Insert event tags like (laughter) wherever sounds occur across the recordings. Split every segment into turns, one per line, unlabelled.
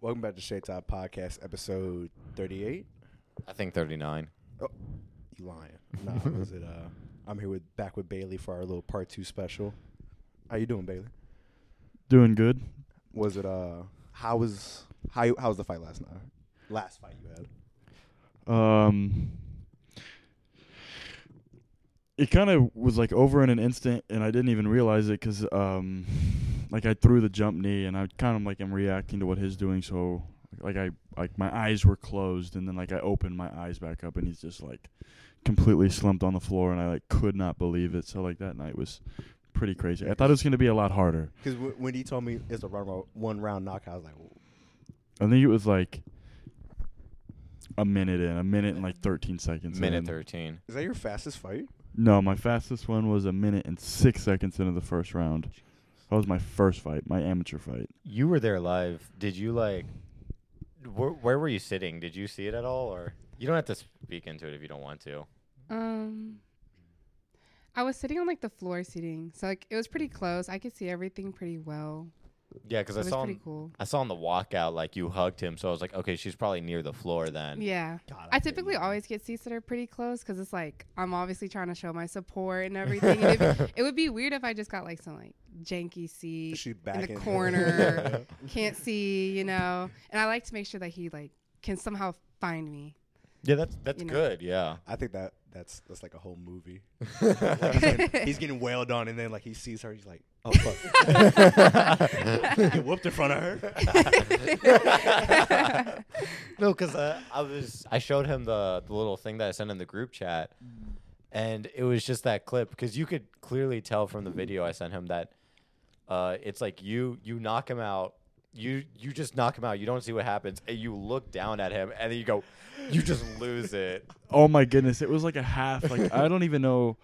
Welcome back to Shade Top Podcast, episode 38.
I think 39.
Oh, you lying. Nah, was it, uh, I'm here with back with Bailey for our little part two special. How you doing, Bailey?
Doing good.
Was it, uh, how was, how, you- how was the fight last night? Last fight you had.
Um, it kind of was like over in an instant, and I didn't even realize it because um, like I threw the jump knee, and I kind of like I'm reacting to what he's doing. So like I like my eyes were closed, and then like I opened my eyes back up, and he's just like completely slumped on the floor, and I like could not believe it. So like that night was pretty crazy. I thought it was gonna be a lot harder.
Because w- when he told me it's a run, ro- one round knockout, I was like, "Whoa."
I think it was like a minute in, a minute and like 13 seconds.
Minute
in.
13.
is that your fastest fight?
No, my fastest one was a minute and six seconds into the first round. That was my first fight, my amateur fight.
You were there live. Did you like? Where, where were you sitting? Did you see it at all, or you don't have to speak into it if you don't want to?
Um, I was sitting on like the floor seating, so like it was pretty close. I could see everything pretty well.
Yeah, because
It
I
was
saw
pretty
him,
cool.
I saw on the walkout like you hugged him, so I was like, okay, she's probably near the floor then.
Yeah,
God,
I typically always get seats that are pretty close because it's like I'm obviously trying to show my support and everything. and it'd be- it would be weird if I just got like some like janky seat
She
in
back
the corner, can't see, you know. And I like to make sure that he like can somehow find me.
(laughs) Yeah, that's that's
You know.
good. Yeah.
(laughs) I think that that's that's like a whole movie.
(laughs)
Like, he's, getting, he's getting wailed on, and then like he sees her, he's like, "Oh fuck!" (laughs)
(laughs)
(laughs)
Get whooped in front of her.
No, because uh, I was I showed him the the little thing that I sent in the group chat, and it was just that clip because you could clearly tell from the video I sent him that uh, it's like you you knock him out. You you just knock him out. You don't see what happens, and you look down at him, and then you go, you just lose it.
Oh my goodness, it was like a half. Like I don't even know.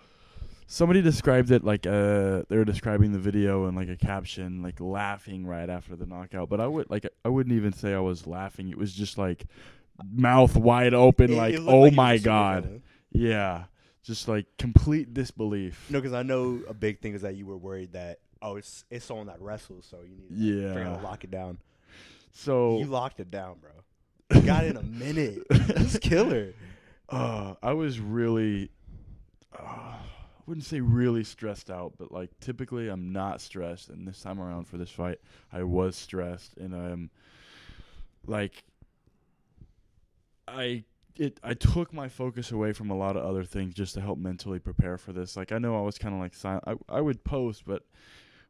Somebody described it like uh they were describing the video and like a caption like laughing right after the knockout, but I would like I wouldn't even say I was laughing. It was just like mouth wide open,
It-
like
it looked
oh
like he
my
was a
god,
supervillain.
yeah, just like complete disbelief.
No, because I know a big thing is that you were worried that oh, it's it's someone that wrestles, so you need to
Yeah.
figure out how to lock it down.
So
You locked it down, bro. You got it in a (laughs) minute. Just kill her.
uh, I was really, uh, I wouldn't say really stressed out, but like typically I'm not stressed. And this time around for this fight, I was stressed, and I'm like, I it I took my focus away from a lot of other things just to help mentally prepare for this. Like I know I was kind of like silent. I I would post, but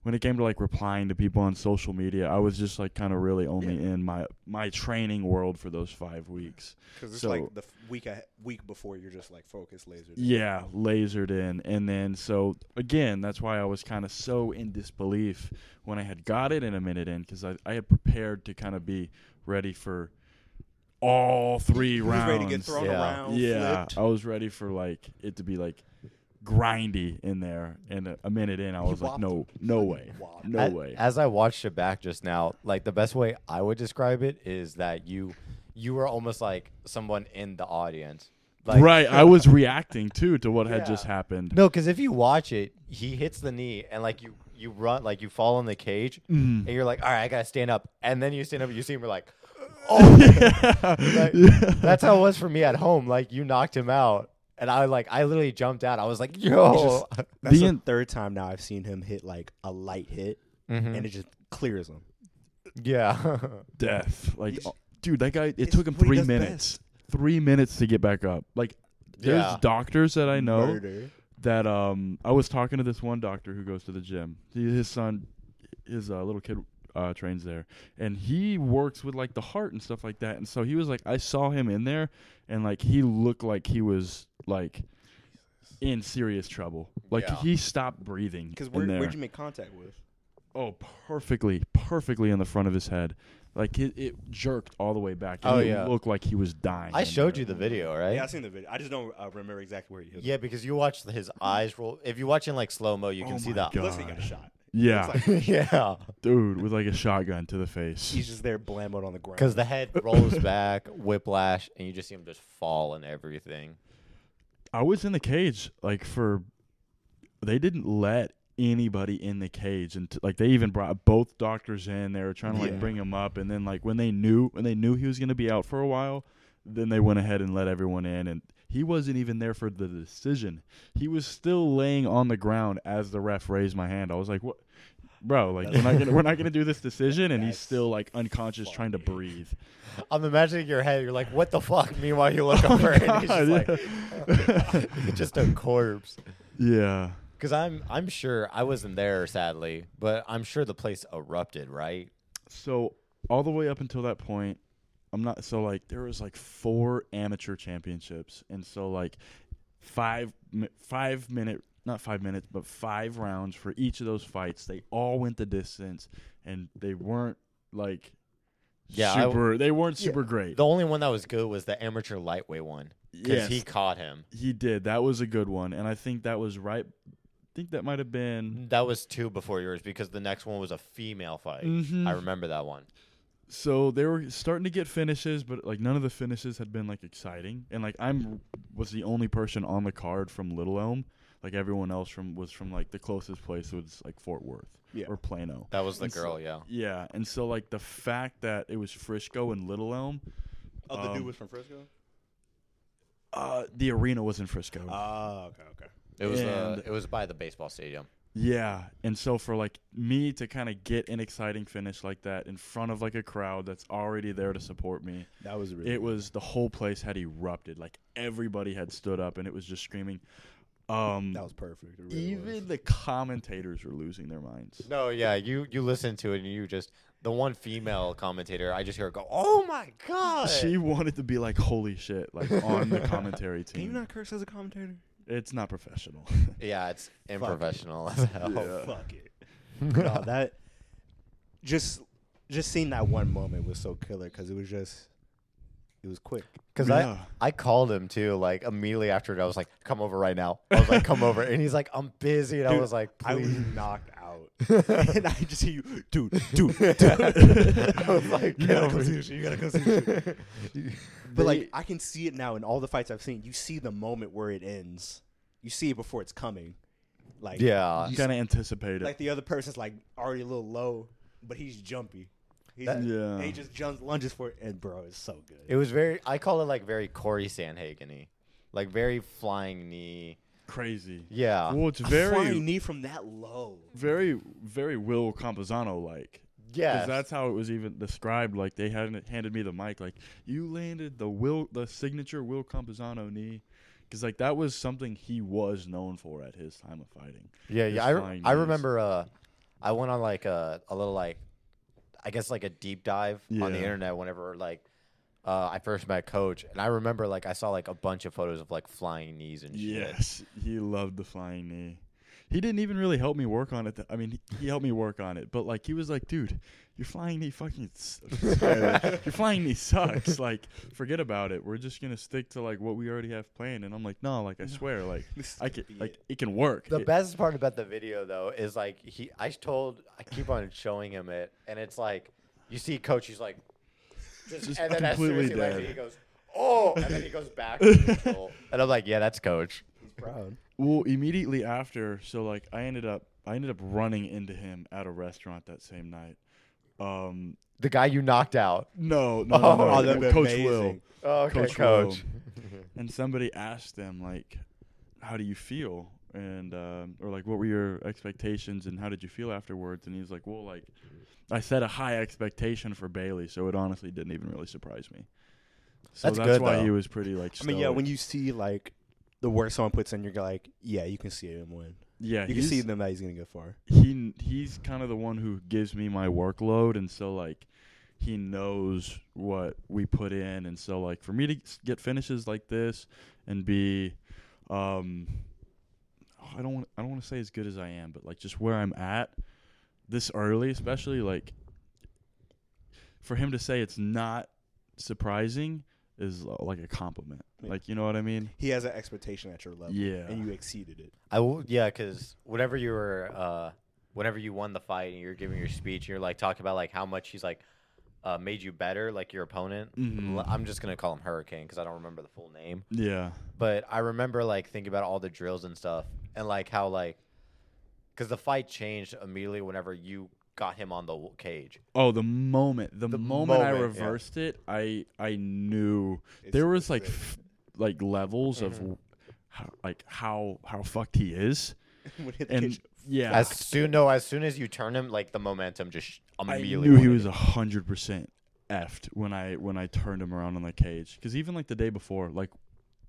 when it came to like replying to people on social media, I was just like kind of really only in my my training world for those five weeks.
Because it's
So-
like the f- week ahe- week before, you're just like focused, laser.
Yeah, lasered in. And then, so again, that's why I was kind of so in disbelief when I had got it in a minute in because I, I had prepared to kind of be ready for all three
He was (laughs)
rounds.
ready to get thrown
Yeah.
around.
yeah,
flipped.
I was ready for like it to be like grindy in there. And a, a minute in, I
He
was like,
whopped
no,
him.
no
Fucking
way,
whopped
(laughs) no
A-
way.
As I watched it back just now, like the best way I would describe it is that you you were almost like someone in the audience. Like,
right, I
(laughs)
was reacting too to what
Yeah.
had just happened. (laughs)
No, (laughs) because if you watch it, he hits the knee and like you you run like you fall in the cage
Mm-hmm.
and you're like, all right, I gotta stand up, and then you stand up and you see him,
(laughs)
you're like, oh, Like, that's how it was for me at home. Like you knocked him out, and I like I literally jumped out. I was like, yo, (laughs)
That's
The
the
in-
third time now I've seen him hit like a light hit,
Mm-hmm.
and it just clears him. (laughs)
yeah,
death. Like,
He's-
uh, dude, that guy. It
it's
took him
what he
three
does
minutes. Three minutes to get back up. Like, there's
Yeah.
doctors that I know
Murder.
that um. I was talking to this one doctor who goes to the gym. He, his son, his uh, little kid. Uh, trains there, and he works with like the heart and stuff like that. And so he was like, I saw him in there, and like he looked like he was like in serious trouble. Like
Yeah.
he stopped breathing.
Because
in
where,
there.
where'd you make contact with?
Oh, perfectly, perfectly in the front of his head. Like it, it jerked all the way back. And
Oh,
it
yeah.
looked like he was dying.
I
in
showed
there.
you the video, right?
Yeah, I've seen the video. I just don't uh, remember exactly where he hit. him.
Yeah, because you watch his eyes roll. If you watch in like slow mo, you
Oh
can see
my
that.
Plus he got a
God.
shot.
Yeah,
It's like,
(laughs) yeah,
dude, with like a shotgun to the face.
he's just there, blammoed on the ground.
because the head rolls back, whiplash, and you just see him just fall and everything.
I was in the cage like for. They didn't let anybody in the cage, and t- like they even brought both doctors in. They were trying to like
Yeah.
bring him up, and then like when they knew when they knew he was going to be out for a while, then they went ahead and let everyone in, and he wasn't even there for the decision. He was still laying on the ground as the ref raised my hand. I was like, what? Bro, like we're not gonna we're not gonna do this decision, and he's
That's
still like unconscious, trying to breathe.
I'm imagining your head. You're like, what the fuck? Meanwhile, you
(laughs)
look over and he's just
Oh God,
like, (laughs) just a corpse.
Yeah,
Because I'm, I'm sure I wasn't there, sadly, but I'm sure the place erupted, right?
so all the way up until that point i'm not so like there was like four amateur championships and so like five mi- five minute not five minutes but five rounds for each of those fights they all went the distance and they weren't like
Yeah, I w-
super they weren't super great
The only one that was good was the amateur lightweight one because
Yes.
he caught him.
he did that was a good one and i think that was right i think that might have been
That was two before yours because the next one was a female fight.
Mhm.
I remember that one.
so they were starting to get finishes, but like none of the finishes had been like exciting. And like I'm was the only person on the card from Little Elm. Like everyone else from was from like the closest place was like Fort Worth
Yeah.
or Plano.
That was the
And so-
girl, yeah.
yeah, and so like the fact that it was Frisco and Little Elm,
Oh, the
Um,
dude was from Frisco.
uh, the arena was in Frisco.
Oh, okay, okay.
It was
And-
uh, it was by the baseball stadium.
Yeah, and so for like me to kind of get an exciting finish like that in front of like a crowd that's already there to support me,
That was really.
it was the whole place had erupted like everybody had stood up and it was just screaming um
that was perfect. It really
even
was.
the commentators were losing their minds
No, yeah, you you listen to it and you just the one female commentator. I just hear her go, "Oh my god!"
she wanted to be like holy shit like
(laughs)
on the commentary
Can you
team
not curse as a commentator? (laughs)
it's not professional
yeah, it's unprofessional as hell.
Oh fuck it.
(laughs)
(laughs) no, that just just seeing that one moment was so killer because it was just it was (laughs) quick.
Because
Yeah.
I, I called him too, like immediately after it, I was like, come over right now. I was like, come over. And he's like, I'm busy. And I
Dude,
was like,
I was
please.
knocked
(laughs)
out, and I just hear you, dude, dude,
(laughs)
dude. I was like, you
Get
gotta
over
come see
here.
this shit. You gotta come see this shit. But like, I can see it now in all the fights I've seen. You see the moment where it ends. You see it before it's coming. Like
yeah.
you kind of anticipate it
like the other person's like already a little low, but he's jumpy. He's,
That-
Yeah.
and he just jumps, lunges for it, and bro, it's so good.
It was very, I call it like very Corey Sandhagen y. Like very flying knee.
crazy
Yeah.
well it's
a flying
very
knee from that low.
very very will composano like
Yeah.
that's how it was even described. Like they hadn't handed me the mic. Like you landed the will, the signature Will Composano knee, because like that was something he was known for at his time of fighting.
Yeah,
His
yeah. I, re-
flying
I
knees.
remember uh, I went on like a, a little like, I guess like a deep dive on the
Yeah.
internet whenever like uh, I first met Coach. And I remember like I saw like a bunch of photos of like flying knees and shit.
Yes, he loved the flying knee. He didn't even really help me work on it. th- I mean, he- he helped me work on it, but like he was like, "Dude, your flying knee fucking, s- (laughs) Skyler, your flying knee sucks. (laughs) Like, forget about it. We're just gonna stick to like what we already have planned." And I'm like, "No, like I swear, like
This is
I
gonna
can,
be
like
it.
it can work."
The
It-
best part about the video though is like he I told I keep on showing him it and it's like you see coach he's like just,
Just
and then as soon as
completely
he lands it,
dead.
he goes oh and then he goes back
(laughs)
to neutral. and I'm like yeah that's coach
He's proud.
Well, immediately after, so like I ended up I ended up running into him at a restaurant that same night. Um
the guy you knocked out
no, no, no, no,
Oh, that'd be
Coach
amazing.
Will.
oh, okay coach,
Coach (laughs) And somebody asked them like how do you feel? And um, or like what were your expectations and how did you feel afterwards? And he was like, "Well, like I set a high expectation for Bailey, so it honestly didn't even really surprise me." So
That's
that's,
good,
why
though.
he was pretty like
I mean, yeah,
stoic.
when you see like the work someone puts in, you're like, yeah, you can see him win.
yeah,
You can
he's-
see them that he's gonna go far.
he he's kind of the one who gives me my workload and so like he knows what we put in and so like for me to s- get finishes like this and be um oh, I don't want I don't want to say as good as I am but like just where I'm at this early especially like for him to say it's not surprising is uh, like a compliment
Yeah.
like you know what I mean
He has an expectation at your level,
Yeah.
and you exceeded it.
I w- yeah, because whenever you were, uh, whenever you won the fight and you're giving your speech, you're like talking about like how much he's like uh, made you better, like your opponent.
Mhm.
L- I'm just gonna call him Hurricane because I don't remember the full name,
yeah
but I remember like thinking about all the drills and stuff and like how like because the fight changed immediately whenever you got him on the w- cage.
Oh, the moment, the,
The
moment, I
moment, yeah.
reversed it, I I knew
It's-
there was
it's
like
it.
f- like levels of w- how, like how how fucked he is,
(laughs) When he hit the
and
cage,
yeah,
As soon no, as soon as you turn him, like the momentum just sh-
I
immediately.
knew he
went
was
in.
a hundred percent effed when I when I turned him around on the cage. Because even like the day before, like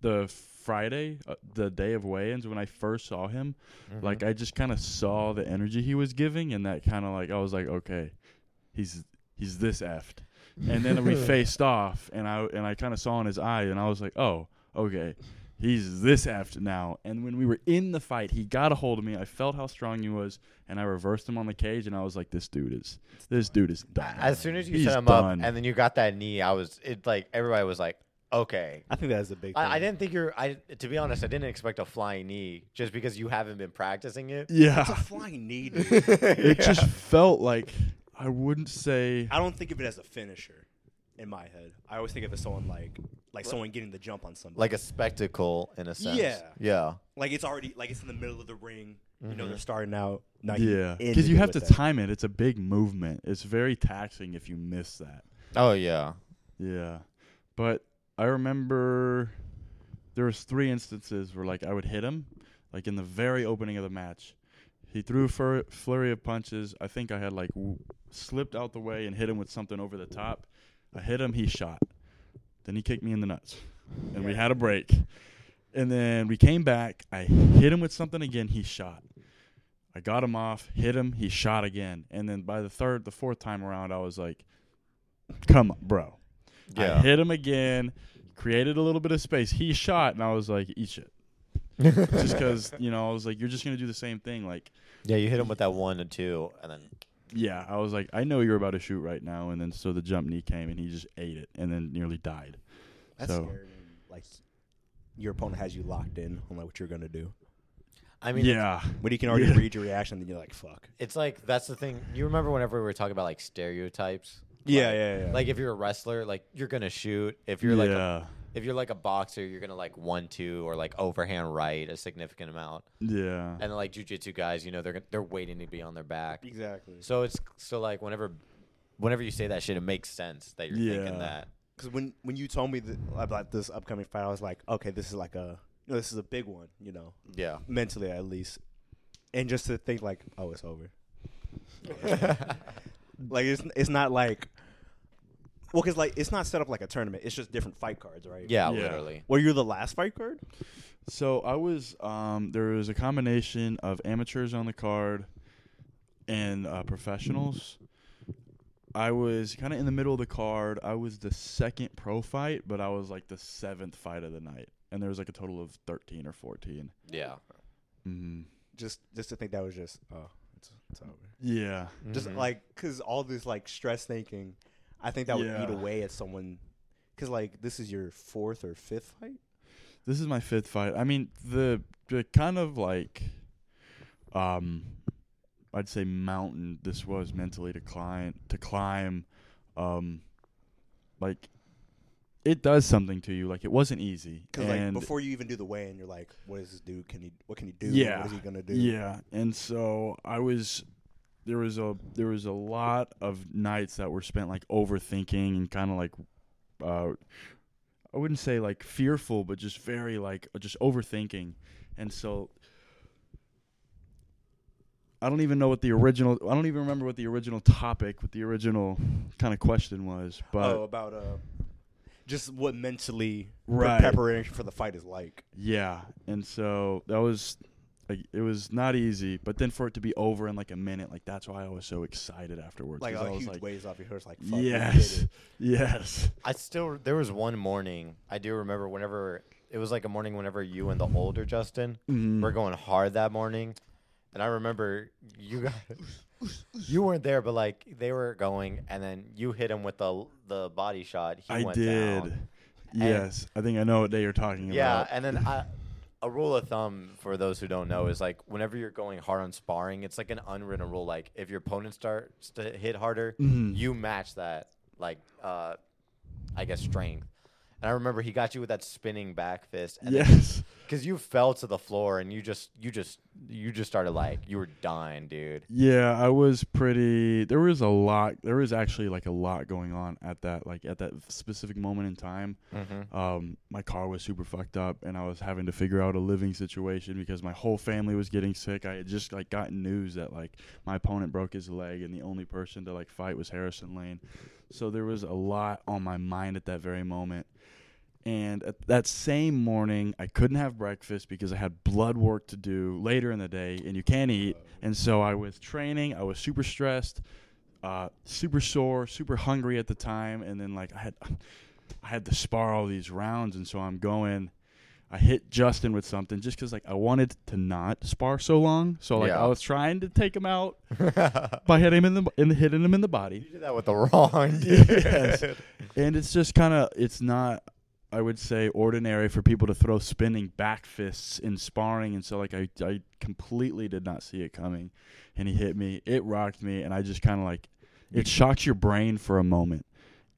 the Friday, uh, the day of weigh-ins, when I first saw him, like I just kind of saw the energy he was giving, and that kind of like I was like, okay, he's he's this effed. And then we faced off, and I and I kind of saw in his eye, and I was like, oh, okay. He's this effed now. And when we were in the fight, he got a hold of me. I felt how strong he was, and I reversed him on the cage. And I was like, "This dude is, this dude is done."
as soon as you
He's
set him
done.
up, and then you got that knee. I was it like everybody was like, okay.
I think that is the big.
I, I
thing.
didn't think you're. I to be honest, I didn't expect a flying knee just because you haven't been practicing it. (laughs)
It's a (laughs)
yeah,
flying knee. Dude. (laughs)
it just felt like I wouldn't say.
I don't think of it as a finisher in my head. I always think of it as someone like like someone getting the jump on somebody.
Like a spectacle in a sense.
Yeah.
Yeah.
like it's already like it's in the middle of the ring. You know, they're starting out. Now
Mm-hmm. Yeah, because you have to time it. It's a big movement. It's very taxing if you miss that.
Oh yeah.
Yeah. But I remember there was three instances where like I would hit him like in the very opening of the match. He threw a flurry of punches. I think I had like w- slipped out the way and hit him with something over the top. I hit him, he shot. Then he kicked me in the nuts. And we had a break. And then we came back. I hit him with something again, he shot. I got him off, hit him, he shot again. And then by the third, the fourth time around, I was like, come on, bro. I
Yeah.
hit him again, created a little bit of space. He shot, and I was like, eat shit. just because, you know, I was like, you're just going to do the same thing. Like,
Yeah. You hit him with that one and two, and then
yeah, I was like, I know you're about to shoot right now. And then so the jump knee came, and he just ate it and then nearly died.
That's
So-
scary. when, Like your opponent has you locked in on like what you're gonna do,
I mean,
yeah.
but he can already
Yeah.
read your reaction. Then you're like, fuck.
it's like that's the thing. You remember whenever we were talking about like stereotypes?
Yeah,
Like-
yeah, yeah.
Like if you're a wrestler, like you're gonna shoot. If you're like a,
yeah.
if you're like a boxer, you're gonna like one two or like overhand right a significant amount.
yeah.
And then like jujitsu guys, you know they're gon- they're waiting to be on their back.
Exactly.
So it's so like whenever whenever you say that shit, it makes sense that you're
Yeah.
thinking that.
Because when when you told me th- about this upcoming fight, I was like, okay, this is like a you know, this is a big one. You know,
Yeah.
mentally at least, and just to think like, oh, it's over. like it's it's not like, well, because like it's not set up like a tournament. It's just different fight cards, right?
(laughs) yeah,
Yeah.
literally.
Were you the last fight card?
So I was um, there was a combination of amateurs on the card and uh, professionals. I was kind of in the middle of the card. I was the second pro fight, but I was like the seventh fight of the night, and there was like a total of thirteen or 14
Yeah.
Mm-hmm.
Just just to think that was just oh, it's, it's over.
Yeah,
Just
Mhm.
like because all this like stress thinking, I think that would
Yeah.
eat away at someone. Because like this is your fourth or fifth fight.
this is my fifth fight. I mean, the the kind of like, um, I'd say mountain this was mentally to climb to climb, um, like it does something to you. Like it wasn't easy.
Because like
And-
before you even do the weigh-in, you're like, "What is this dude? Can he? What can he do?
Yeah.
What is he gonna do?"
Yeah, and so I was there was a there was a lot of nights that were spent like overthinking and kind of like uh I wouldn't say like fearful, but just very like just overthinking. And so I don't even know what the original I don't even remember what the original topic, what the original kind of question was, but
oh, about uh, just what mentally the
Right.
preparation for the fight is like.
Yeah, and so that was like it was not easy, but then for it to be over in like a minute, like that's why I was so excited afterwards.
Like
'cause I
a
was
huge
like,
ways off your horse. Like, fuck, we did
yes,
it.
yes,
I still there was one morning I do remember whenever it was like a morning whenever you and the older Justin
Mm-hmm.
were going hard that morning, and I remember you got (laughs) you weren't there, but like they were going, and then you hit him with the the body shot. He
I
went
did.
down.
Yes, I think I know what day you're talking
Yeah,
about.
and then I, a rule of thumb for those who don't know is like whenever you're going hard on sparring, it's like an unwritten rule. Like if your opponent starts
Mm-hmm.
to hit harder, you match that like uh, I guess strength. And I remember he got you with that spinning back fist.
(laughs)
And
Yes.
Because you fell to the floor and you just you just you just started like you were dying, dude.
Yeah, I was pretty. There was a lot. There was actually like a lot going on at that like at that specific moment in time.
(laughs) Mm-hmm.
Um, my car was super fucked up, and I was having to figure out a living situation because my whole family was getting sick. I had just like gotten news that like my opponent broke his leg, and the only person to like fight was Harrison Lane. So there was a lot on my mind at that very moment. And at that same morning, I couldn't have breakfast because I had blood work to do later in the day, and you can't eat. And so I was training. I was super stressed, uh, super sore, super hungry at the time. And then like I had, (sighs) I had to spar all these rounds, and so I'm going. I hit Justin with something just because like I wanted to not spar so long. So like
Yeah.
I was trying to take him out by hitting him in the in, hitting him in the body
You did that with
(laughs)
the (laughs) wrong
Yes.
dude.
and it's just kind of it's not i would say ordinary for people to throw spinning back fists in sparring and so like i, I completely did not see it coming and he hit me it rocked me and i just kind of like it shocks your brain for a moment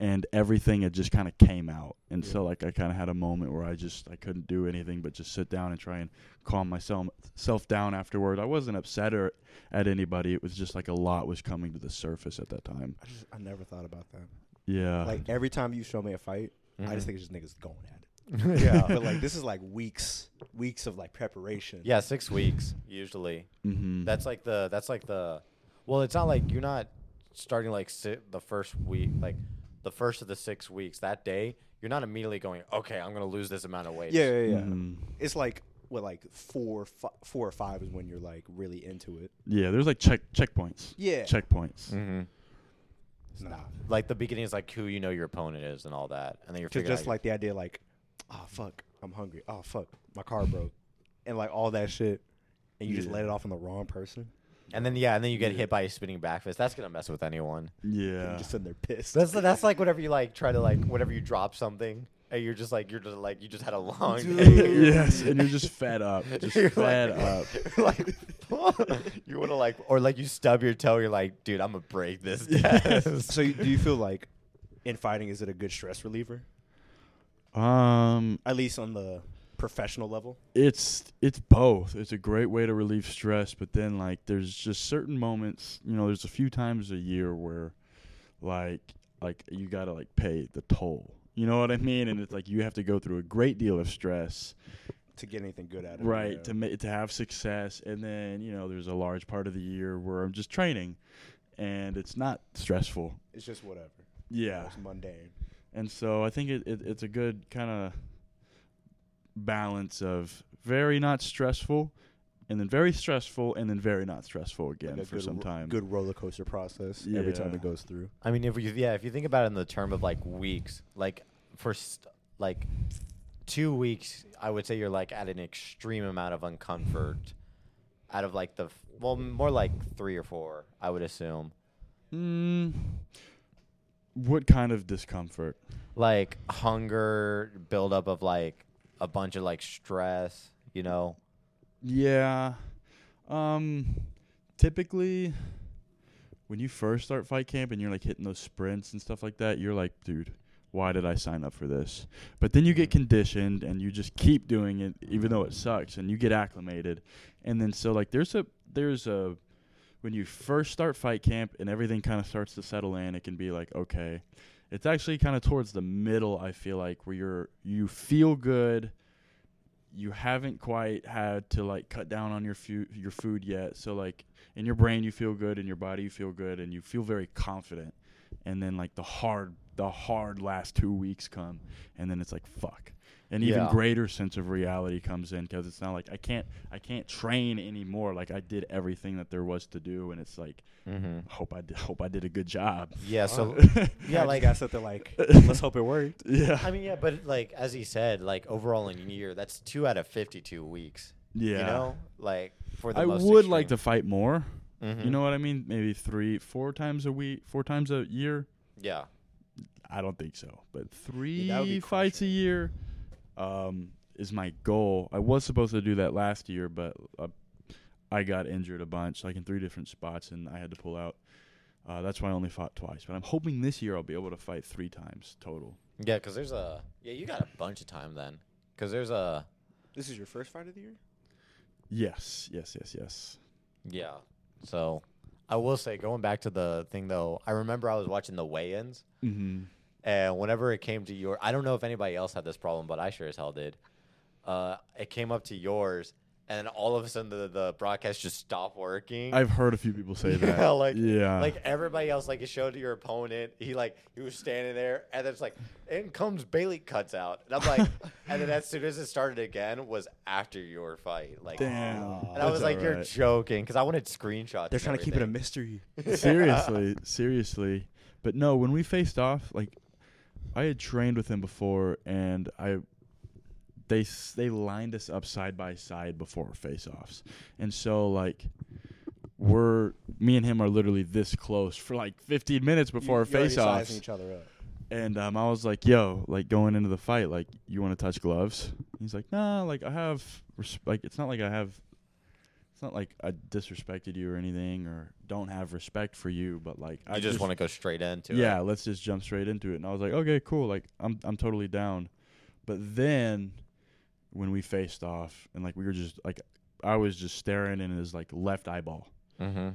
and everything it just kind of came out and so like i kind of had a moment where i just i couldn't do anything but just sit down and try and calm myself self down afterward i wasn't upset or at anybody it was just like a lot was coming to the surface at that time
I just I never thought about that.
yeah
Like every time you show me a fight, I
Mhm.
just think it's just niggas going at it.
(laughs) yeah.
But like this is like weeks, weeks of like preparation.
Yeah, six weeks usually.
mm-hmm.
That's like the that's like the well, it's not like you're not starting like si- the first week, like the first of the six weeks that day. You're not immediately going, okay, I'm gonna lose this amount of weight.
yeah, yeah. yeah.
Mhm.
It's like what like four, fi- four or five is when you're like really into it.
Yeah, there's like check checkpoints.
Yeah.
Checkpoints.
Mm-hmm.
Nah.
Like the beginning is like who you know your opponent is and all that, and then you're
Cause
figuring
just
out
like the idea, like, oh fuck, I'm hungry. Oh fuck, my car broke, and like all that shit, and you just
Yeah.
let it off on the wrong person.
your- and then yeah, and then you get hit by a spinning back fist. That's gonna mess with anyone.
and you're
Yeah.
just
(laughs)
sitting there pissed. (laughs)
That's that's like whenever you like try to like whenever you drop something, and you're just like you're just like you just had a long day.
yes, and you're just fed up. Just
You're
fed
like-
up.
you're like (laughs) you want to like or like you stub your toe. You're like, dude, I'm gonna
(laughs)
break this. Yes.
(laughs)
so you, do you feel like in fighting is it a good stress reliever?
Um,
At least on the professional level.
it's it's both. It's a great way to relieve stress, but then like there's just certain moments. You know, there's a few times a year where, like, like you gotta like pay the toll. You know what I mean? And it's like you have to go through a great deal of stress
to get anything good out of
right
it. yeah.
to ma- to have success and then you know there's a large part of the year where i'm just training and it's not stressful
it's just whatever.
yeah
It's mundane.
and so i think it, it it's a good kind of balance of very not stressful and then very stressful and then very not stressful again
Like a
for
good
some
ro-
time
Good roller coaster process every time
Yeah.
it goes through.
I mean, if you yeah, if you think about it in the term of like weeks, like for st- like two weeks, I would say you're like at an extreme amount of uncomfort. Out of like the f- well, more like three or four, I would assume.
mm, what kind of discomfort
Like hunger, buildup of like a bunch of like stress, you know.
Yeah. Um typically when you first start fight camp and you're like hitting those sprints and stuff like that, you're like, dude, why did I sign up for this? But then you
Mm-hmm.
get conditioned and you just keep doing it even though it sucks and you get acclimated. And then so like there's a there's a when you first start fight camp and everything kind of starts to settle in, it can be like, okay, it's actually kind of towards the middle, I feel like, where you're you feel good, you haven't quite had to like cut down on your food your food yet. So like in your brain you feel good, in your body you feel good, and you feel very confident. And then like the hard the hard last two weeks come, and then it's like fuck. An even
Yeah.
greater sense of reality comes in because it's not like I can't I can't train anymore. Like I did everything that there was to do, and it's like
Mm-hmm.
hope I did, hope I did a good job. (laughs)
Yeah. So
I
yeah,
just
like
got something (laughs) like let's hope it worked.
Yeah,
I mean, yeah, but like as he said, like overall in a year, that's two out of fifty-two weeks.
yeah.
You know, like for the
I
most
would like to
extreme.
fight more.
Mhm.
You know what I mean? Maybe three, four times a week, four times a year.
Yeah.
I don't think so, but three
Yeah, that would be
fights a
crushing.
year um, is my goal. I was supposed to do that last year, but uh, I got injured a bunch, like in three different spots, and I had to pull out. Uh, that's why I only fought twice, but I'm hoping this year I'll be able to fight three times total.
Yeah, because there's a yeah you got a bunch of time then because there's a
This is your first fight of the year.
Yes, yes, yes, yes.
yeah. So I will say going back to the thing though, I remember I was watching the weigh-ins
Mm-hmm.
and whenever it came to your, I don't know if anybody else had this problem, but I sure as hell did. Uh, it came up to yours, and all of a sudden the, the broadcast just stopped working.
I've uh, heard a few people say
(laughs)
that.
yeah, like
yeah,
like everybody else, like it showed to your opponent. He like he was standing there, and it's like, in comes Bailey cuts out, and I'm like,
(laughs)
and then as soon as it started again was after your fight, like,
damn.
and I was like, you're joking, because I wanted screenshots.
They're
and
trying to keep it a
everything.
mystery.
seriously, seriously. But no, when we faced off, like I had trained with him before, and I they s- they lined us up side by side before face offs, and so like we're me and him are literally this close for like 15 minutes before our face offs,
each other up.
and um, I was like, "Yo, like going into the fight, like you want to touch gloves?" He's like, "Nah, like I have res- like it's not like I have, it's not like I disrespected you or anything or don't have respect for you, but like
You
I
just, want to go straight into
yeah,
it.
let's just jump straight into it." And I was like, "Okay, cool, like I'm I'm totally down," but then when we faced off and like we were just like I was just staring in his like left eyeball.
Yeah. Mm-hmm.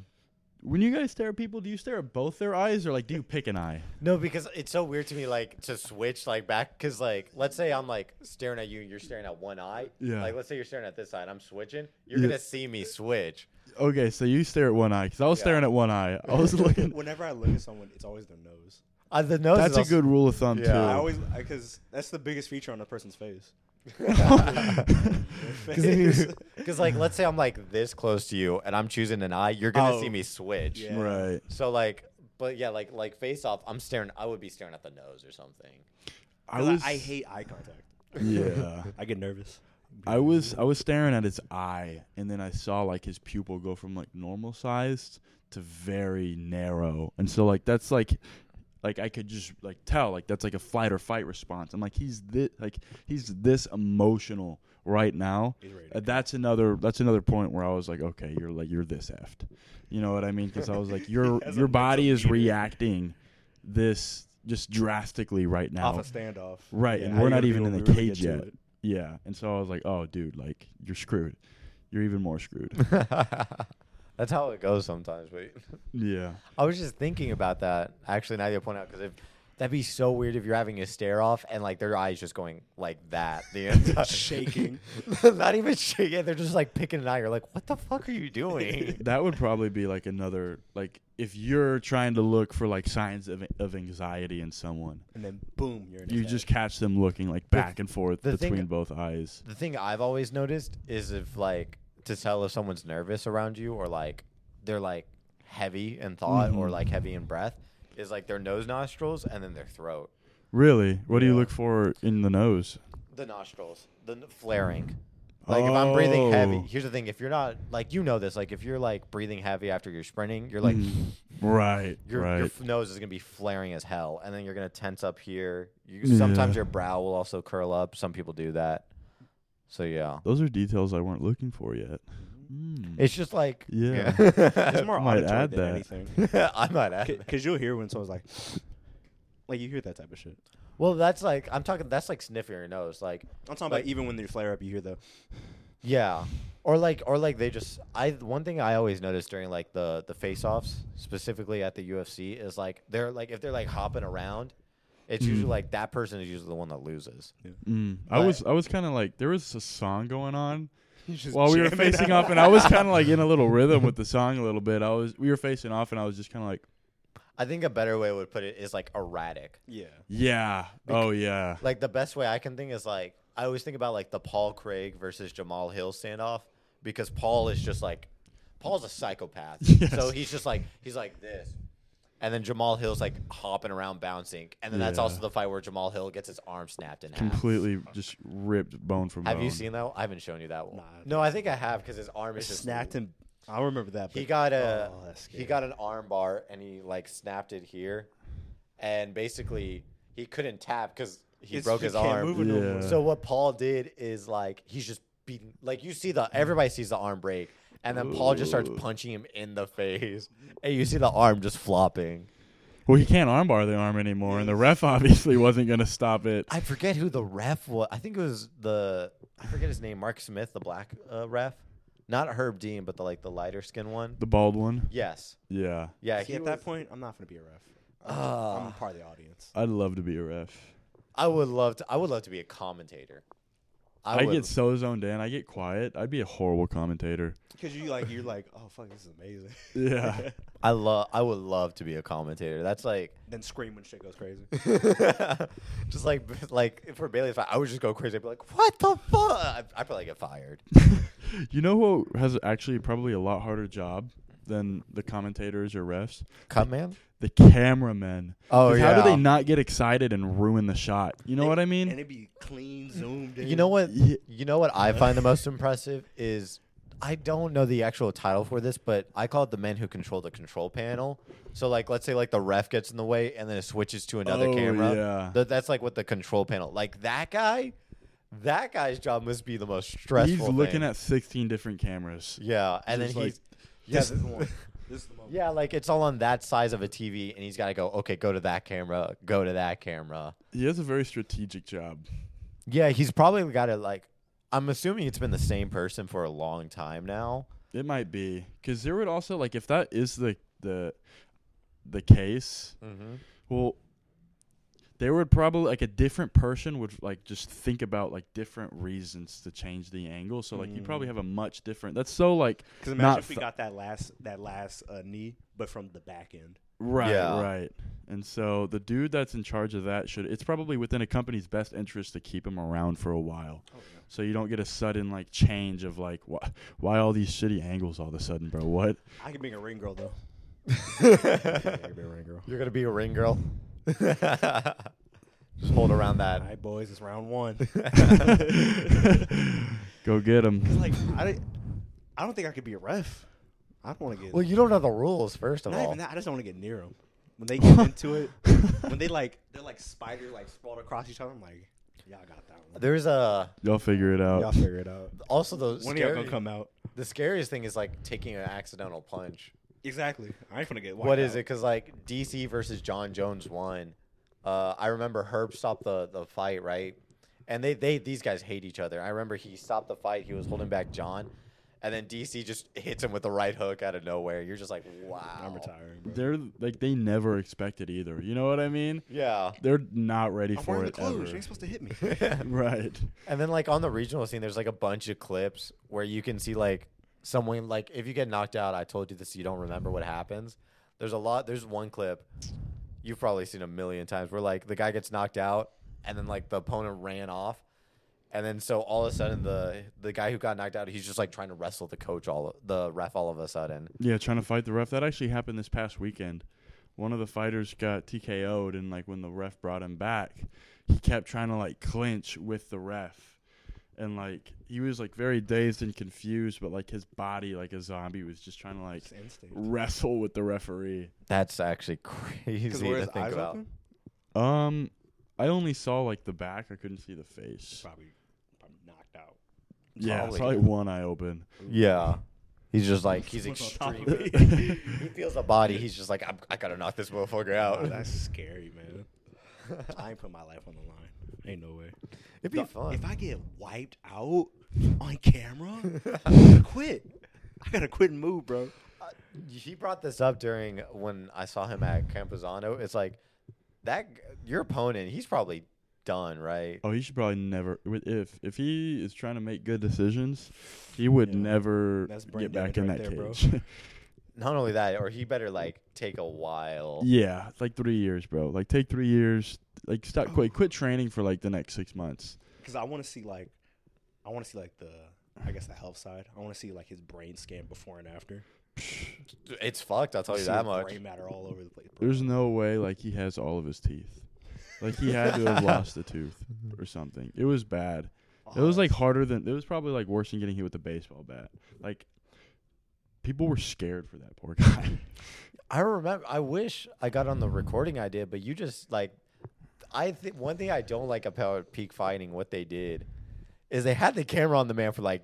When you guys stare at people, do you stare at both their eyes or like do you pick an eye?
No, because it's so weird to me, like to switch like back, because like let's say I'm like staring at you, and you're staring at one eye.
Yeah.
Like let's say you're staring at this side, I'm switching. You're
Yeah.
gonna see me switch.
Okay, so you stare at one eye because I was
Yeah.
staring at one eye. I
(laughs)
was looking.
Whenever I look at someone, it's always their nose.
Uh, the nose.
That's a good rule of thumb
Yeah,
I
too.
always because that's the biggest feature on a person's face.
(laughs)
Because (laughs) like let's say I'm like this close to you, and I'm choosing an eye, you're gonna
Oh.
see me switch.
(laughs) Yeah.
Right.
So like, but yeah, like like face off, I'm staring. I would be staring at the nose or something. (laughs)
I
'Cause
was.
I hate eye contact.
Yeah.
(laughs) I get nervous.
I was. I was staring at his eye, and then I saw like his pupil go from like normal sized to very narrow, and so like that's like. Like I could just like tell like that's like a flight or fight response. I'm like he's this like he's this emotional right now.
He's ready to
Uh, that's another that's another point where I was like, okay, you're like you're this effed. You know what I mean? Because I was
(laughs)
like, your
has a
your
mental
body is
eater.
reacting this just drastically right now.
off a standoff.
Right,
Yeah,
and
how
we're
you
not
gonna
even
be
in the
when we really
cage
get to
yet.
it?
Yeah, and so I was like, "Oh, dude, like you're screwed. You're even
(laughs)
more screwed."
That's how it goes sometimes. But
yeah,
I was just thinking about that actually. Now you point out because if that'd be so weird if you're having a stare off and like their eyes just going like that the entire (laughs)
Shaking.
not even shaking. They're just like picking an eye. You're like, what the fuck are you
(laughs)
doing?
that would probably be like another like if you're trying to look for like signs of of anxiety in someone,
And then boom, you're in
you
attack.
(laughs) just catch them looking like back and forth
the thing-
between both eyes.
the thing I've always noticed is if like to tell if someone's nervous around you or like they're like heavy in thought or
Mhm.
like heavy in breath is like their nose nostrils and then their throat.
Really, what do you
Yeah.
look for in the nose?
The nostrils, the n- flaring. Like if I'm breathing
Oh.
heavy, here's the thing: if you're not like you know this, like if you're like breathing heavy after you're sprinting, you're like (laughs)
Mm. Right,
your,
right.
your f- nose is gonna be flaring as hell, and then you're gonna tense up here. You, sometimes
Yeah.
your brow will also curl up. Some people do that. So yeah,
Those are details I weren't looking for yet. Mm.
it's just like (laughs)
Yeah.
it's more
Might
auditory
add
than
that.
anything.
(laughs)
I
(laughs)
might add.
Because you'll hear when someone's like, (sighs) like you hear that type of shit.
Well, that's like I'm talking. That's like sniffing your nose, like
I'm talking
Like-
about even when they flare up, you hear the. (laughs)
yeah, or like or like they just. I one thing I always notice during like the the face-offs, specifically at the UFC, is like they're like if they're like hopping around, it's
Mhm.
usually like that person is usually the one that loses.
Mm. I
But-
was I was kind of like there was a song going on
just
while we were
jamming
facing
out.
off, and I was kind of like in
(laughs)
a little rhythm with the song a little bit. I was we were facing off, and I was just kind of like,
I think a better way would put it is like erratic.
(laughs) Yeah.
yeah, oh yeah,
Like the best way I can think is like I always think about like the Paul Craig versus Jamal Hill standoff because Paul is just like Paul's a psychopath.
(laughs) Yes.
So he's just like he's like this. And then Jamal Hill's like hopping around bouncing. And then that's
Yeah.
also the fight where Jamal Hill gets his arm snapped in half.
completely just ripped bone from
Have
bone.
you seen that? one? I haven't shown you that one.
Nah, I
no, I think I have because his arm is
It's
just
snapped and I remember that.
he
but-
got a
Oh, that's
he
scary.
got an arm bar and he like snapped it here, and basically he couldn't tap because he
It's-
broke
you
his
can't
arm.
move it no more.
Yeah.
So what Paul did is like he's just beating. Like you see the everybody sees the arm break, and then Paul just starts
Ooh.
punching him in the face, and you see the arm just flopping.
Well, he can't armbar the arm anymore, and the ref obviously wasn't going to stop it.
I forget who the ref was. I think it was the I forget his name, Mark Smith, the black uh, ref, not Herb Dean, but the like the lighter skin one.
The bald one.
Yes,
Yeah,
yeah.
See,
he
at that
was-
point, I'm not gonna be a ref. I'm,
Ah.
I'm part of the (laughs) audience.
I'd love to be a ref.
I would love to. I would love to be a commentator.
I,
would-
get so zoned in. I get quiet. I'd be a
(laughs)
horrible commentator.
Because you like, you're like, oh fuck, this is amazing.
Yeah.
I love. I would love to be a commentator. That's
(laughs)
like.
(laughs)
(laughs)
then scream when shit goes crazy.
just like like for Bailey, if I, I would just go crazy. I'd be like, "What the fuck?" I I'd probably get fired.
you know who has actually probably a lot harder job than the commentators or refs?
Cut man.
The cameramen.
Oh
'Cause How do they not get excited and ruin the shot? You know what I
and
mean?
it'd be clean zoomed in.
You know what?
Ye-
You know what I find the most impressive is I don't know the actual title for this, but I call it the men who control the control panel. So like, let's say like the ref gets in the way and then it switches to another
Oh,
camera.
yeah.
Th- that's like what the control panel. Like that guy, that guy's job must be the most stressful.
He's looking
thing.
at 16 different cameras.
yeah, and then
Just
he's.
like,
Yeah, this is (laughs) the one. This is the moment.
Yeah, like it's all on that size of a TV, and he's got to go. Okay, go to that camera. Go to that camera.
he has a very strategic job.
Yeah, he's probably got to like. I'm assuming it's been the same person for a long time now.
It might be because there would also like if that is the the the case.
Mm-hmm.
Well, there would probably like a different person would like just think about like different reasons to change the angle. So like you probably have a much different. That's so like
Mm. Because imagine
not
if we
th-
got that last that last uh, knee, but from the back end.
right,
Yeah.
right. And so the dude that's in charge of that should it's probably within a company's best interest to keep him around for a while.
Oh,
So you don't get a sudden like change of like wh- why all these shitty angles all of a sudden, bro? What? (laughs)
I could be a ring girl though. I could be a ring girl.
You're gonna be a ring girl. (laughs) Just hold around that.
All right, boys, it's round (laughs) one.
Go get him.
like I, don't- I don't think I could be a ref. I don't want to get.
Well, you don't know the rules, first of
not
all.
even that. I just don't want to get near them. When they get into it, when they like they're like spider like sprawled across each other. I'm like, y'all got that one.
There's a
Y'all figure it out.
Y'all figure it out.
also the
When y'all
scary,
gonna come out?
the scariest thing is like taking an accidental punch.
Exactly. I ain't gonna get.
What is it? Because like DC versus John Jones won. Uh, I remember Herb stopped the the fight right, and they they these guys hate each other. I remember he stopped the fight. He was holding back John, and then DC just hits him with the right hook out of nowhere. You're just like, wow.
I'm retiring, bro.
They're like they never expect it either. You know what I mean?
Yeah.
They're not ready
I'm
for
wearing
it
the clothes. You
ever.
ain't supposed to hit me.
right.
And then like on the regional scene, there's like a bunch of clips where you can see like someone like if you get knocked out, I told you this, you don't remember what happens. There's a lot. There's one clip you've probably seen a million times where like the guy gets knocked out and then like the opponent ran off. And then so all of a sudden the the guy who got knocked out he's just like trying to wrestle the coach all the ref all of a sudden.
Yeah, trying to fight the ref. That actually happened this past weekend. One of the fighters got TKO'd, and like when the ref brought him back, he kept trying to like clinch with the ref, and like he was like very dazed and confused, but like his body, like a zombie, was just trying to like
It's instinct.
wrestle with the referee.
That's actually (laughs) crazy
Because
to think about.
Um, I only saw like the back. I couldn't see the face.
Probably, probably knocked out.
Yeah,
Probably.
probably one eye open.
Yeah. He's
(laughs)
just like he's
Someone's on top of
extremely
(laughs)
he feels the body. He's just like I'm, I gotta knock this motherfucker
Oh,
out. (laughs)
that's scary, man. I ain't put my life on the line. Ain't no way.
It'd be
Dog,
fun.
If I get wiped out on camera,
(laughs)
I gotta quit. I gotta quit and move, bro.
Uh, he brought this up during when I saw him at Camposano. It's like that g- your opponent. He's probably done, right?
Oh, he should probably never. wi- If if he is trying to make good decisions, he would
Yeah.
never
That's brain
get back in
damage
that
right there,
cage. (laughs)
Not only that, or he better like take a while.
yeah, it's like three years, bro. Like take three years. Like stop, quit, quit training for like the next
(sighs)
six months.
Because I want to see like, I want to see like the, I guess the health side. I want to see like his brain scan before and after.
It's fucked. I'll tell you
See
that
his
much.
Brain matter all over the place. bro.
There's no way like he has all of his teeth. Like he had
(laughs)
to have lost a tooth or something. It was bad. It was
Oh,
like harder than it was probably like worse than getting hit with a baseball bat. Like people were scared for that poor (laughs) guy.
I remember. I wish I got on the recording I did, but you just like. I think one thing I don't like about peak fighting, what they did, is they had the camera on the man for like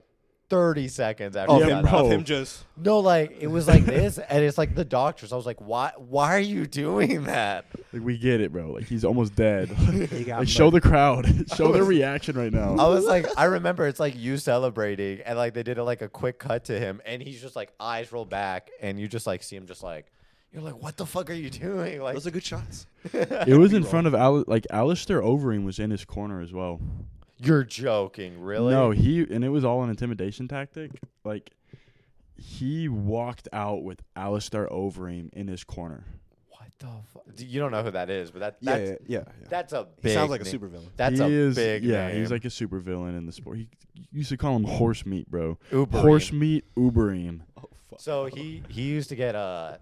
30 seconds after
Of,
he
Oh, Yeah,
him,
got
bro.
up.
of him just
No, like it was like this, and it's like the doctors. I was like, why? Why are you doing that?
Like we get it, bro. Like he's almost dead.
(laughs) He got
like show the
murdered. (laughs)
crowd, (laughs) show their
was-
reaction right now.
(laughs) I was like, I remember it's like you celebrating, and like they did a, like a quick cut to him, and he's just like eyes roll back, and you just like see him just like, you're like, what the fuck are you doing? Like, (laughs)
those are good shots.
it
(laughs)
was in front of Al- like Alistair Overeem was in his corner as well.
you're joking, really?
No, he and it was all an intimidation tactic. Like he walked out with Alistair Overeem in his corner.
What the fuck? You don't know who that is, but that
Yeah,
that's,
yeah, yeah. yeah.
that's a
he
big.
sounds like a
name.
supervillain.
That's
he
a
is,
big.
yeah.
name.
He's like a super villain in the sport. He you used to call him horse meat, bro.
Uberim.
Horse meat Uberim.
Oh fuck.
So he he used to get uh,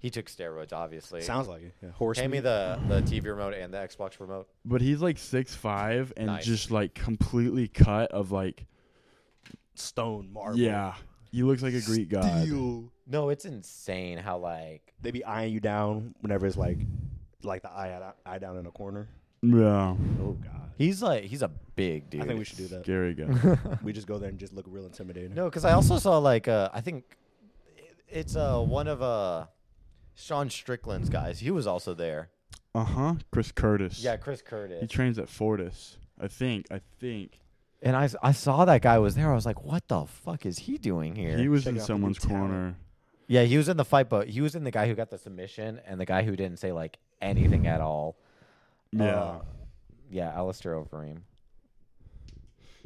he took steroids, obviously.
sounds like it. Yeah, horse.
Hand me
meat.
the the TV remote and the Xbox remote.
But he's like six five and
Nice.
just like completely cut of like
stone marble.
yeah. He looks like a Greek god.
Steel.
No, it's insane how like
They be eyeing you down whenever it's like, like the eye eye down in a corner.
Yeah.
Oh god.
he's like he's a big dude.
I think we should do that.
Scary guy.
We just go there and just look real intimidating. Uh,
No, because I also saw like uh, I think it- it's uh one of uh Sean Strickland's guys. He was also there.
uh huh. Chris Curtis.
Yeah, Chris
He
Curtis.
trains at Fortis. I think. I think.
And I s- I saw that guy was there. I was like, what the fuck is he doing here?
He was
Check out
in
the new
someone's
talent.
corner.
yeah, he was in the fight, but he was in the guy who got the submission and the guy who didn't say like anything at all.
Yeah.
Uh, yeah, Alistair Overeem.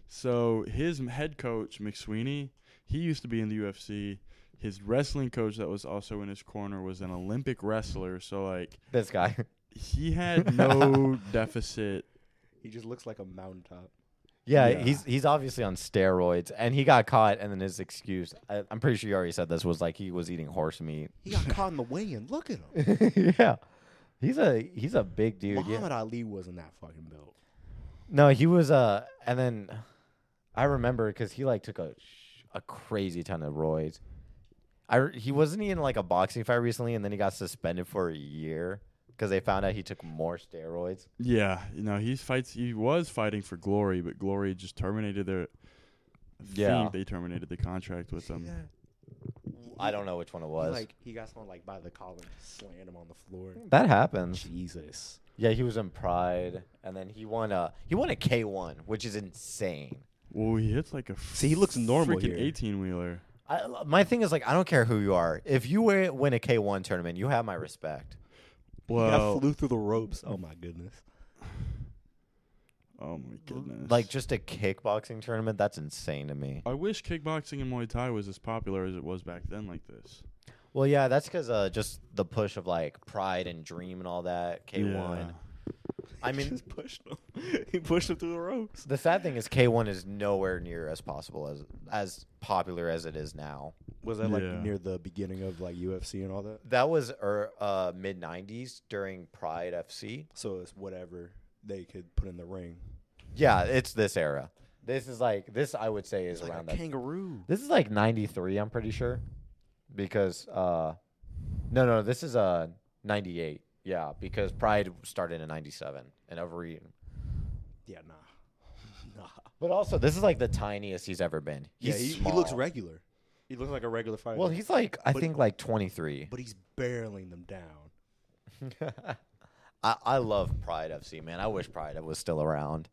So his m- head coach McSweeney, he used to be in the UFC. His wrestling coach that was also in his corner was an Olympic wrestler. So like
This guy. (laughs)
(laughs)
he had no deficit.
He just looks like a mountaintop.
Yeah,
Yeah.
he's he's obviously on steroids, and he got caught. And then his excuse, I, I'm pretty sure you already said this, was like he was eating horse meat.
He got caught in the weigh-in. Look at
(laughs)
him.
yeah, he's a he's a big dude. Yeah.
Muhammad Ali wasn't that fucking built.
No, he was. Uh, and then I remember because he like took a sh- a crazy ton of roids. I re- he wasn't he in like a boxing fight recently, and then he got suspended for a year because they found out he took more steroids.
Yeah, you know he fights. He was fighting for Glory, but Glory just terminated their. I
Yeah.
think they terminated the contract with them.
I don't know which one it was.
like he got someone like by the collar and slammed him on the floor.
that happens.
Jesus.
Yeah, he was in Pride, and then he won a he won a K one, which is insane.
Well, he hits like a.
See, he looks normal
Freaking
here.
eighteen wheeler.
I, my thing is like I don't care who you are. If you wi- win a K one tournament, you have my respect.
He got
Well,
flew through the ropes. Oh my goodness.
oh my goodness.
Like just a kickboxing tournament, that's insane to me.
I wish kickboxing and Muay Thai was as popular as it was back then. Like this.
Well, yeah, that's because uh, just the push of like Pride and Dream and all that K one.
(laughs)
I
He
mean,
just pushed him. he pushed him through the ropes.
the sad thing is K one is nowhere near as possible as as popular as it is now.
Was that like
Yeah.
near the beginning of like UFC and all that?
That was er, uh, mid '90s during Pride FC.
So it's whatever they could put in the ring.
Yeah, it's this era. This is like this. I would say is around that.
kangaroo.
This is like 93, I'm pretty sure. Because uh no, no, this is uh 98. Yeah, because Pride started in 97 and Overeem.
Yeah, nah, (laughs) nah.
But also, this is like the tiniest he's ever been. He's
yeah, he, he
small.
looks regular. He looks like a regular fighter.
Well, he's like I
But-
think like 23.
but he's barreling them down.
(laughs) I I love Pride FC, man. I wish Pride was still around.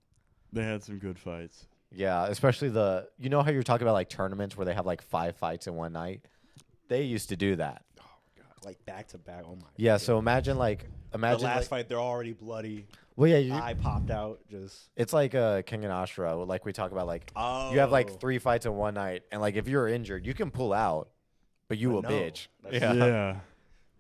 They had some good fights.
Yeah, especially the you know how you're talking about like tournaments where they have like five fights in one night. They used to do that.
Oh my god, like back to back. Oh my.
Yeah, so imagine like
The
imagine
last
like-
fight, they're already bloody.
Well, yeah, you,
Eye popped out. Just
It's like uh, King and Ashra, where, like we talk about, like
oh,
you have like three fights in one night, and like if you're injured, you can pull out, but you
But
a
no,
bitch.
that's-
Yeah.
yeah.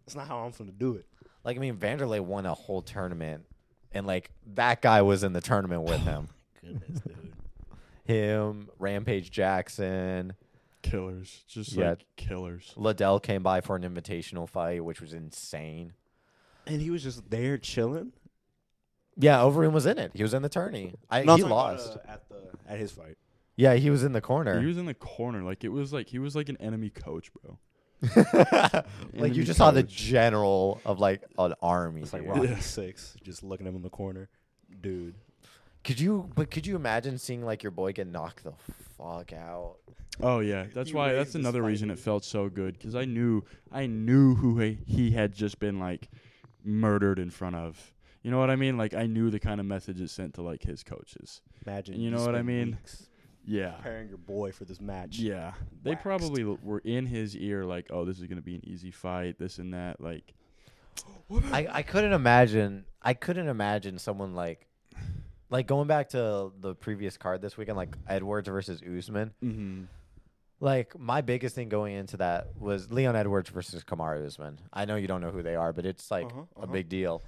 That's not how I'm gonna do it.
Like I mean, Vanderlei won a whole tournament, and like that guy was in the tournament with him.
Goodness, dude.
(laughs) him, Rampage Jackson,
Killers. Just
Yeah.
like killers.
Liddell came by for an invitational fight, which was insane.
(laughs) And he was just there chilling.
Yeah, Overeem was in it. He was in the tourney. I,
No, I'm
he
talking about,
lost.
uh, at the at his fight.
yeah, he was in the corner.
He
(laughs)
was in the corner. Like it was like he was like an enemy coach, bro.
like you
enemy
just saw the
coach.
general of like an army.
It's like
here.
Rocky
(laughs)
Six, just looking at him in the corner, dude.
Could you? But could you imagine seeing like your boy get knocked the fuck out.
Oh yeah, that's
You
why.
raised
That's
this
another
fight,
reason it
dude.
felt so good because I knew I knew who he, he had just been like murdered in front of. You know what I mean? Like I knew the kind of message it sent to like his coaches.
Imagine
You know what I
spend
mean?
weeks
Yeah,
Preparing your boy for this match.
yeah. They
Waxed.
probably l- were in his ear like, "Oh, this is gonna be an easy fight. This and that." Like,
I, I couldn't imagine I couldn't imagine someone like like going back to the previous card this weekend, like Edwards versus Usman.
mm-hmm.
Like my biggest thing going into that was Leon Edwards versus Kamara Usman. I know you don't know who they are, but it's like
Uh-huh,
a
uh-huh. (laughs)
big deal.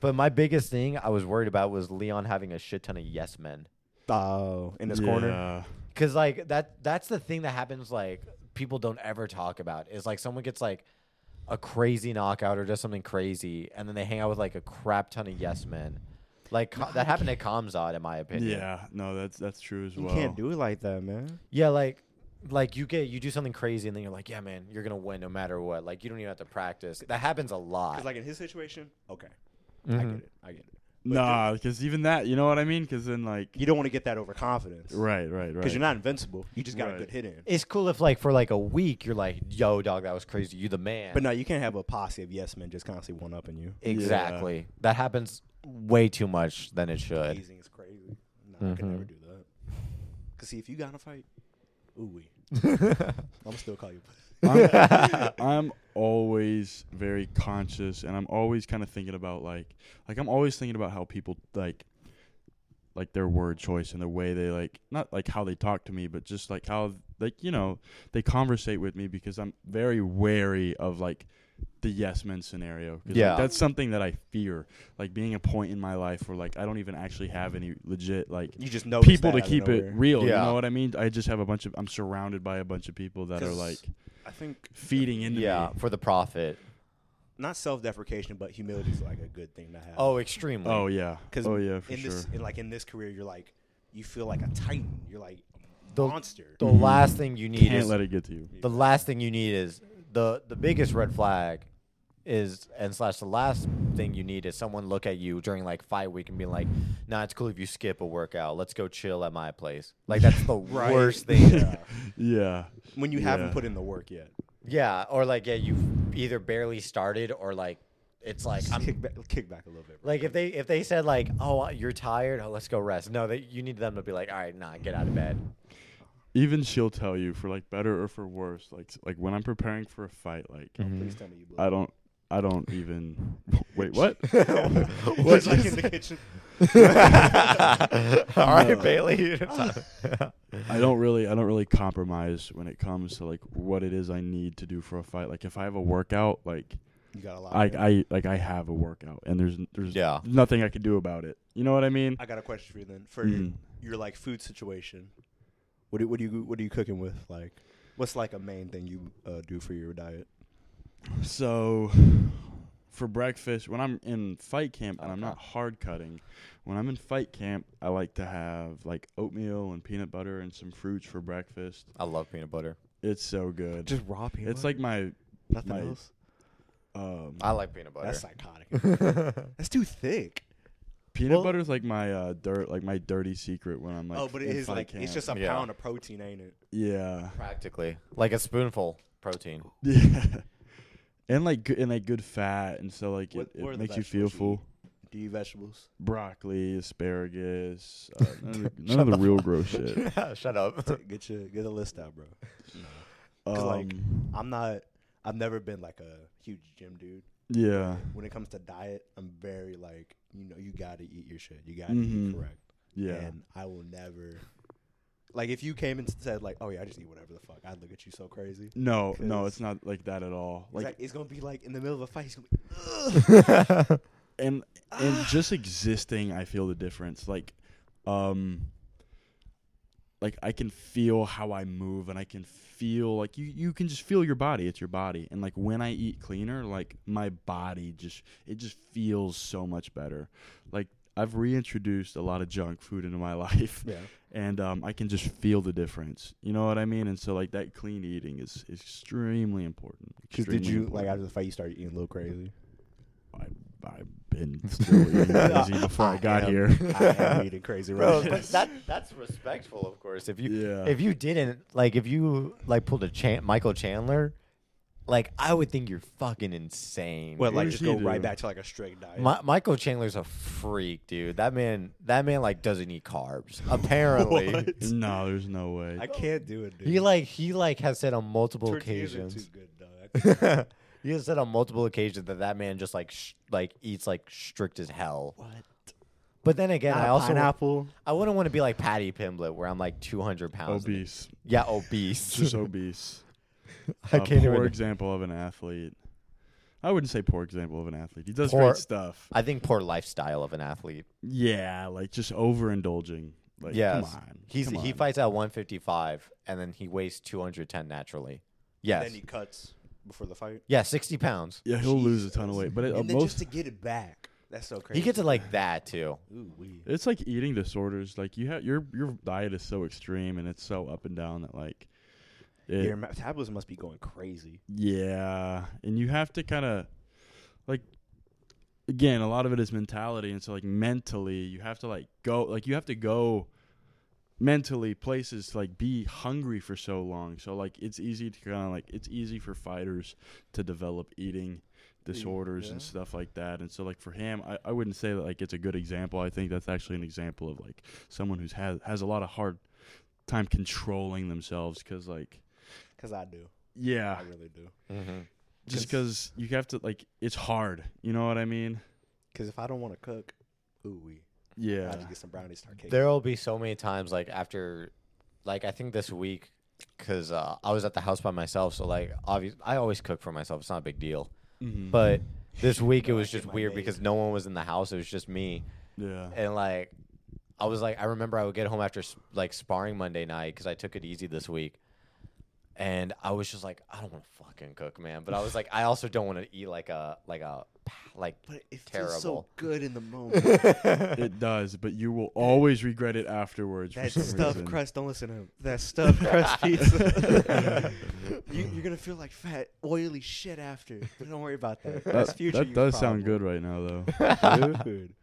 but my biggest thing I was worried about was Leon having a shit ton of yes men.
Oh, in this corner.
Cause like that that's the thing that happens like people don't ever talk about is like someone gets like a crazy knockout or does something crazy and then they hang out with like a crap ton of yes men. Like Ka- that happened to Kamzad in my opinion.
Yeah, no, that's that's true as
You
well.
can't do it like that, man.
Yeah, like like you get you do something crazy and then you're like, Yeah man, you're gonna win no matter what. Like you don't even have to practice. That happens a lot.
Because like in his situation, okay, I
Mhm.
Mm-hmm.
get it. I get it. But
Nah, because even that, you know what I mean? Because then like,
You don't want to get that overconfidence.
right, right, right.
Because you're not invincible. You just got
Right.
a good hit in.
It's cool if like for like a week you're like, Yo dog, that was crazy, you the man.
But no, you can't have a posse of yes men just constantly one upping you.
Exactly. That happens way too much than it should.
Hazing is crazy. No, I could
Mm-hmm.
never do that. Cause see, if you got in a fight, ooh
(laughs)
wee, I'm still call you. pussy. (laughs)
I'm, I'm always very conscious and I'm always kind of thinking about like like I'm always thinking about how people like like their word choice and the way they like not like how they talk to me but just like how like you know they conversate with me because I'm very wary of like the yes men scenario 'Cause, like,
Yeah.
that's something that I fear like being a point in my life where like I don't even actually have any legit like
You just know
people to keep it real
Yeah.
you know what I mean I just have a bunch of I'm surrounded by a bunch of people that are
'Cause-
like
I think
feeding into
yeah, for the profit.
not self-deprecation, but humility is like a good thing to have.
Oh, extremely.
Oh yeah.
'Cause
oh yeah, for
in
sure.
this, in, like in this career, you're like, you feel like a titan. You're like a
The-
monster.
the last thing you need
Can't
is
let it get to you.
the last thing you need is the the biggest red flag is and slash the last thing you need is someone look at you during like fight week and be like, nah, it's cool if you skip a workout. Let's go chill at my place. Like that's
(laughs)
the
Right. (laughs)
worst thing.
Yeah.
Yeah.
when you
Yeah.
haven't put in the work yet.
yeah, or like yeah, you've either barely started or like it's like
Just
I'm
(laughs)
kick back, kick back a little bit. bro.
Like if they if they said like, "Oh, you're tired. Oh, let's go rest." No, they, you need them to be like, "All right, nah, get out of bed."
Even she'll tell you for like better or for worse. Like like when I'm preparing for a fight, like
Please tell me you.
I don't I don't
(laughs)
even wait, what?
what? Just like in the kitchen.
(laughs) All right,
No.
Bailey.
I don't really I don't really compromise when it comes to like what it is I need to do for a fight. Like if I have a workout, like
You got a lot.
I
man.
I like I have a workout and there's
(laughs)
there's
Yeah.
nothing I can do about it. You know what I mean?
I got a question for you then. For
Mm.
your, your like food situation, Mm-hmm. what do, what do you what are you cooking with? Like, what's like a main thing you uh, do for your diet?
So for breakfast, when I'm in fight camp and I'm
Okay.
not hard cutting, when I'm in fight camp, I like to have like oatmeal and peanut butter and some fruits for breakfast.
I love peanut butter.
It's so good.
raw peanut. Uh,
it's like my
nothing
my-
else.
um
I like peanut butter.
That's psychotic. That's too thick.
peanut
well-
butter is like my uh dirt like my dirty secret when I'm like
oh, but it
in
is (laughs)
fight
like it's
camp.
just a
Yeah.
pound of protein, ain't it?
yeah.
(laughs)
(laughs)
Practically like a spoonful (laughs) protein.
Yeah. And like good and like good fat and so like
What-
it,
what are
it
the
makes you feel
vegetables you
full.
eat? Do you eat vegetables?
Broccoli, asparagus, uh, (laughs) none of the, none of the real (laughs) gross shit.
Shut up. (laughs)
Get your get a list out, bro. 'Cause,
Um,
like, I'm not. I've never been like a huge gym dude.
yeah.
When it comes to diet, I'm very like you know you got to eat your shit. You got to
Mhm.
eat correct.
Yeah.
And I will never. Like if you came and said like, "Oh yeah, I just eat whatever the fuck," I'd look at you so crazy. It's
no, no,
'cause-
it's not like that at all.
Like,
Like,
it's gonna be like in the middle of a fight, he's gonna be
and
Ah.
and just existing, I feel the difference. Like, um, like I can feel how I move, and I can feel like you you can just feel your body. It's your body, and like when I eat cleaner, like my body just it just feels so much better. Like I've reintroduced a lot of junk food into my (laughs) life,
yeah.
and um, I can just feel the difference. You know what I mean? And so like that clean eating is, is extremely important.
Because did
extremely
you
important.
like after the fight you started eating a little crazy?
I, I been
(laughs)
still eating crazy before I got
am-
here.
I am eating crazy
Bro,
right now.
but
(laughs)
that that's respectful, of course. If you
Yeah.
if you didn't like if you like pulled a Chan- Michael Chandler, like I would think you're fucking insane.
Well,
dude.
like just
Usually
go right
do.
back to like a strict diet.
Mi- Michael Chandler's a freak, dude. That man, that man like doesn't eat carbs. (laughs) Apparently,
What?
no, there's no way.
I can't do it, dude.
he like he like has said on multiple
Tortillas are
occasions.
too good,
(laughs)
dog.
he has said on multiple occasions that that man just like sh- like eats like strict as hell.
what?
But then again, I also
pineapple.
I wouldn't want to be like Patty Pimblett, where I'm like 200 pounds.
obese.
Yeah, obese.
Just obese.
(laughs) I
A
can't
poor
even.
example of an athlete. I wouldn't say poor example of an athlete. He does
Poor-
great stuff.
I think poor lifestyle of an athlete.
Yeah, like just overindulging. Like,
yes,
come on.
he's
come
he
on.
fights at 155 and then he weighs 210 naturally. Yes.
Then he cuts before the fight.
yeah, 60 pounds.
Yeah, he'll lose a ton of weight, but it,
and
uh,
then
most
just to get it back, that's so crazy.
He gets it like that too.
Ooh, wee.
it's like eating disorders. Like you have your your diet is so extreme and it's so up and down that like, it,
Your metabolism must be going crazy.
yeah, and you have to kind of like again a lot of it is mentality, and so like mentally you have to like go like you have to go mentally places to like be hungry for so long. So like it's easy to kind of like it's easy for fighters to develop eating disorders and
yeah.
stuff like that. And so like for him, I, I wouldn't say that like it's a good example. I think that's actually an example of like someone who's has has a lot of hard time controlling themselves because like
Cause I do.
yeah,
I really do.
just because you have to like it's hard. You know what I mean?
Cause if I don't want to cook, ooh wee. I
Yeah.
have to get some brownies, start cake.
There will be so many times like after, like I think this week, because uh, I was at the house by myself. So like obviously I always cook for myself. It's not a big deal. But
(laughs)
this week it was just
my
weird
maid.
because no one was in the house. It was just me.
Yeah.
(laughs)
and like I was like I remember I would get home after s- like sparring Monday night because I took it easy this week, and I was just like I don't want to fucking cook, man. But I was like I also don't want to eat like a like a like
but it feels so
terrible.
good
(laughs)
in the moment.
it does, but you will always regret it afterwards.
that
for some
stuffed
reason.
crust. Don't listen to him. That stuffed
(laughs)
crust pizza. you, you're gonna feel like fat, oily shit after. But don't worry about that. That's
That,
future.
that
you
does sound
problem.
good Oh, right now, though.
(laughs) Dude.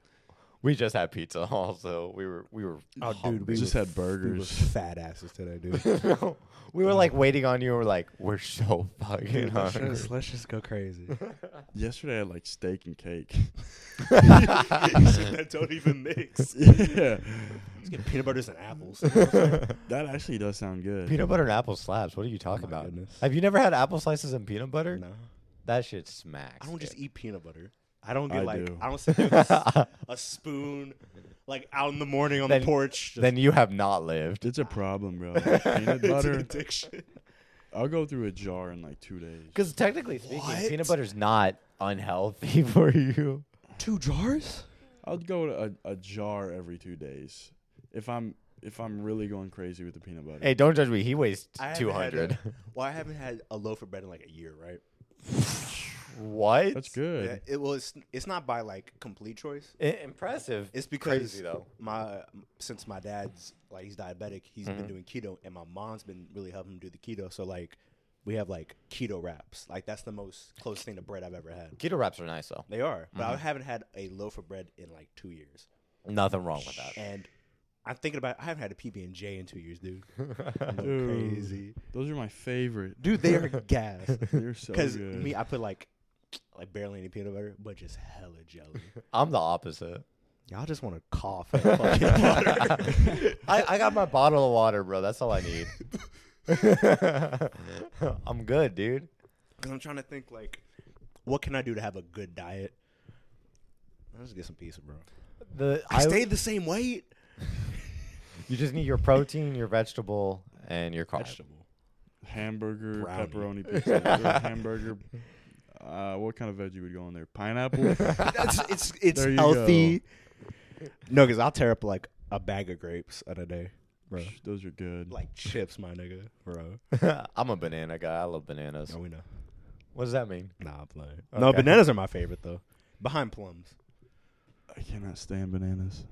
we just had pizza, (laughs) also we were we were
Oh, dude, we
hungry.
just
were
had
f- We were
burgers.
fat asses today, dude.
(laughs) we were like waiting on you. and We're like we're so fucking
Dude,
(laughs)
let's,
hungry.
just, (laughs) let's just go crazy.
Yesterday I had like steak and
(laughs)
cake. (laughs)
that don't even (laughs) mix.
yeah,
Let's get peanut butters and (laughs) apples.
that actually does sound good.
Peanut butter and apple slabs. What are you talking
Oh my
about?
goodness.
Have you never had apple slices and peanut butter?
no,
That shit smacks.
I don't just
dude.
eat peanut butter. I don't get
I
like
do.
I don't sit there with a, s- (laughs) a spoon like out in the morning on
Then-
the (laughs) porch. Just
Then you have not
(laughs)
lived.
It's a problem, bro. Like, peanut
it's an (laughs)
butter.
addiction.
I'll go through a jar in like two days.
Because technically speaking,
What?
peanut butter's not
(laughs)
unhealthy for you.
Two jars?
I'll go to a, a jar every two days if I'm if I'm really going crazy with the peanut butter.
Hey, don't judge me. He weighs
I haven't
two
had
hundred.
(laughs) a- Well, I haven't had a loaf of bread in like a year, right?
what?
That's good.
Yeah, it was. It's not by like complete choice.
I- impressive.
It's because
Crazy, though.
my since my dad's like he's diabetic, he's been doing keto, and my mom's been really helping him do the keto. So like, we have like keto wraps. Like that's the most close thing to bread I've ever had.
keto wraps are nice though.
They are, but I haven't had a loaf of bread in like two years,
Nothing wrong with that.
and I'm thinking about I haven't had a PB and J in two years, (laughs) dude. I'm going
Dude,
crazy,
Those are my favorite.
dude. They are (laughs) gas.
(laughs) They're so
Because
good.
me, I put like like barely any peanut butter, but just hella jelly.
I'm the opposite.
(laughs) Y'all just want to (laughs) cough at fucking water.
I, I got my bottle of water, bro. That's all I need. (laughs) I'm good, dude.
Because I'm trying to think like, what can I do to have a good diet? I'll just get some pizza, bro.
The
I, stayed the same weight.
You just need your protein, your vegetable, and your carbs.
(laughs) hamburger,
Brownie. (laughs)
pepperoni pizza, or hamburger. Uh, what kind of veggie would go in there?
(laughs)
Pineapple. (laughs)
That's it's it's
There you
healthy. No, because I'll tear up like a bag of grapes in a day, bro.
Psh, Those are good.
Like chips, my nigga, bro.
(laughs) I'm a banana guy. I love bananas.
(laughs) No, we know.
What does that mean?
Nah, I'm playing. No,
Okay.
bananas are my favorite though. Behind plums. (laughs)
I cannot stand bananas.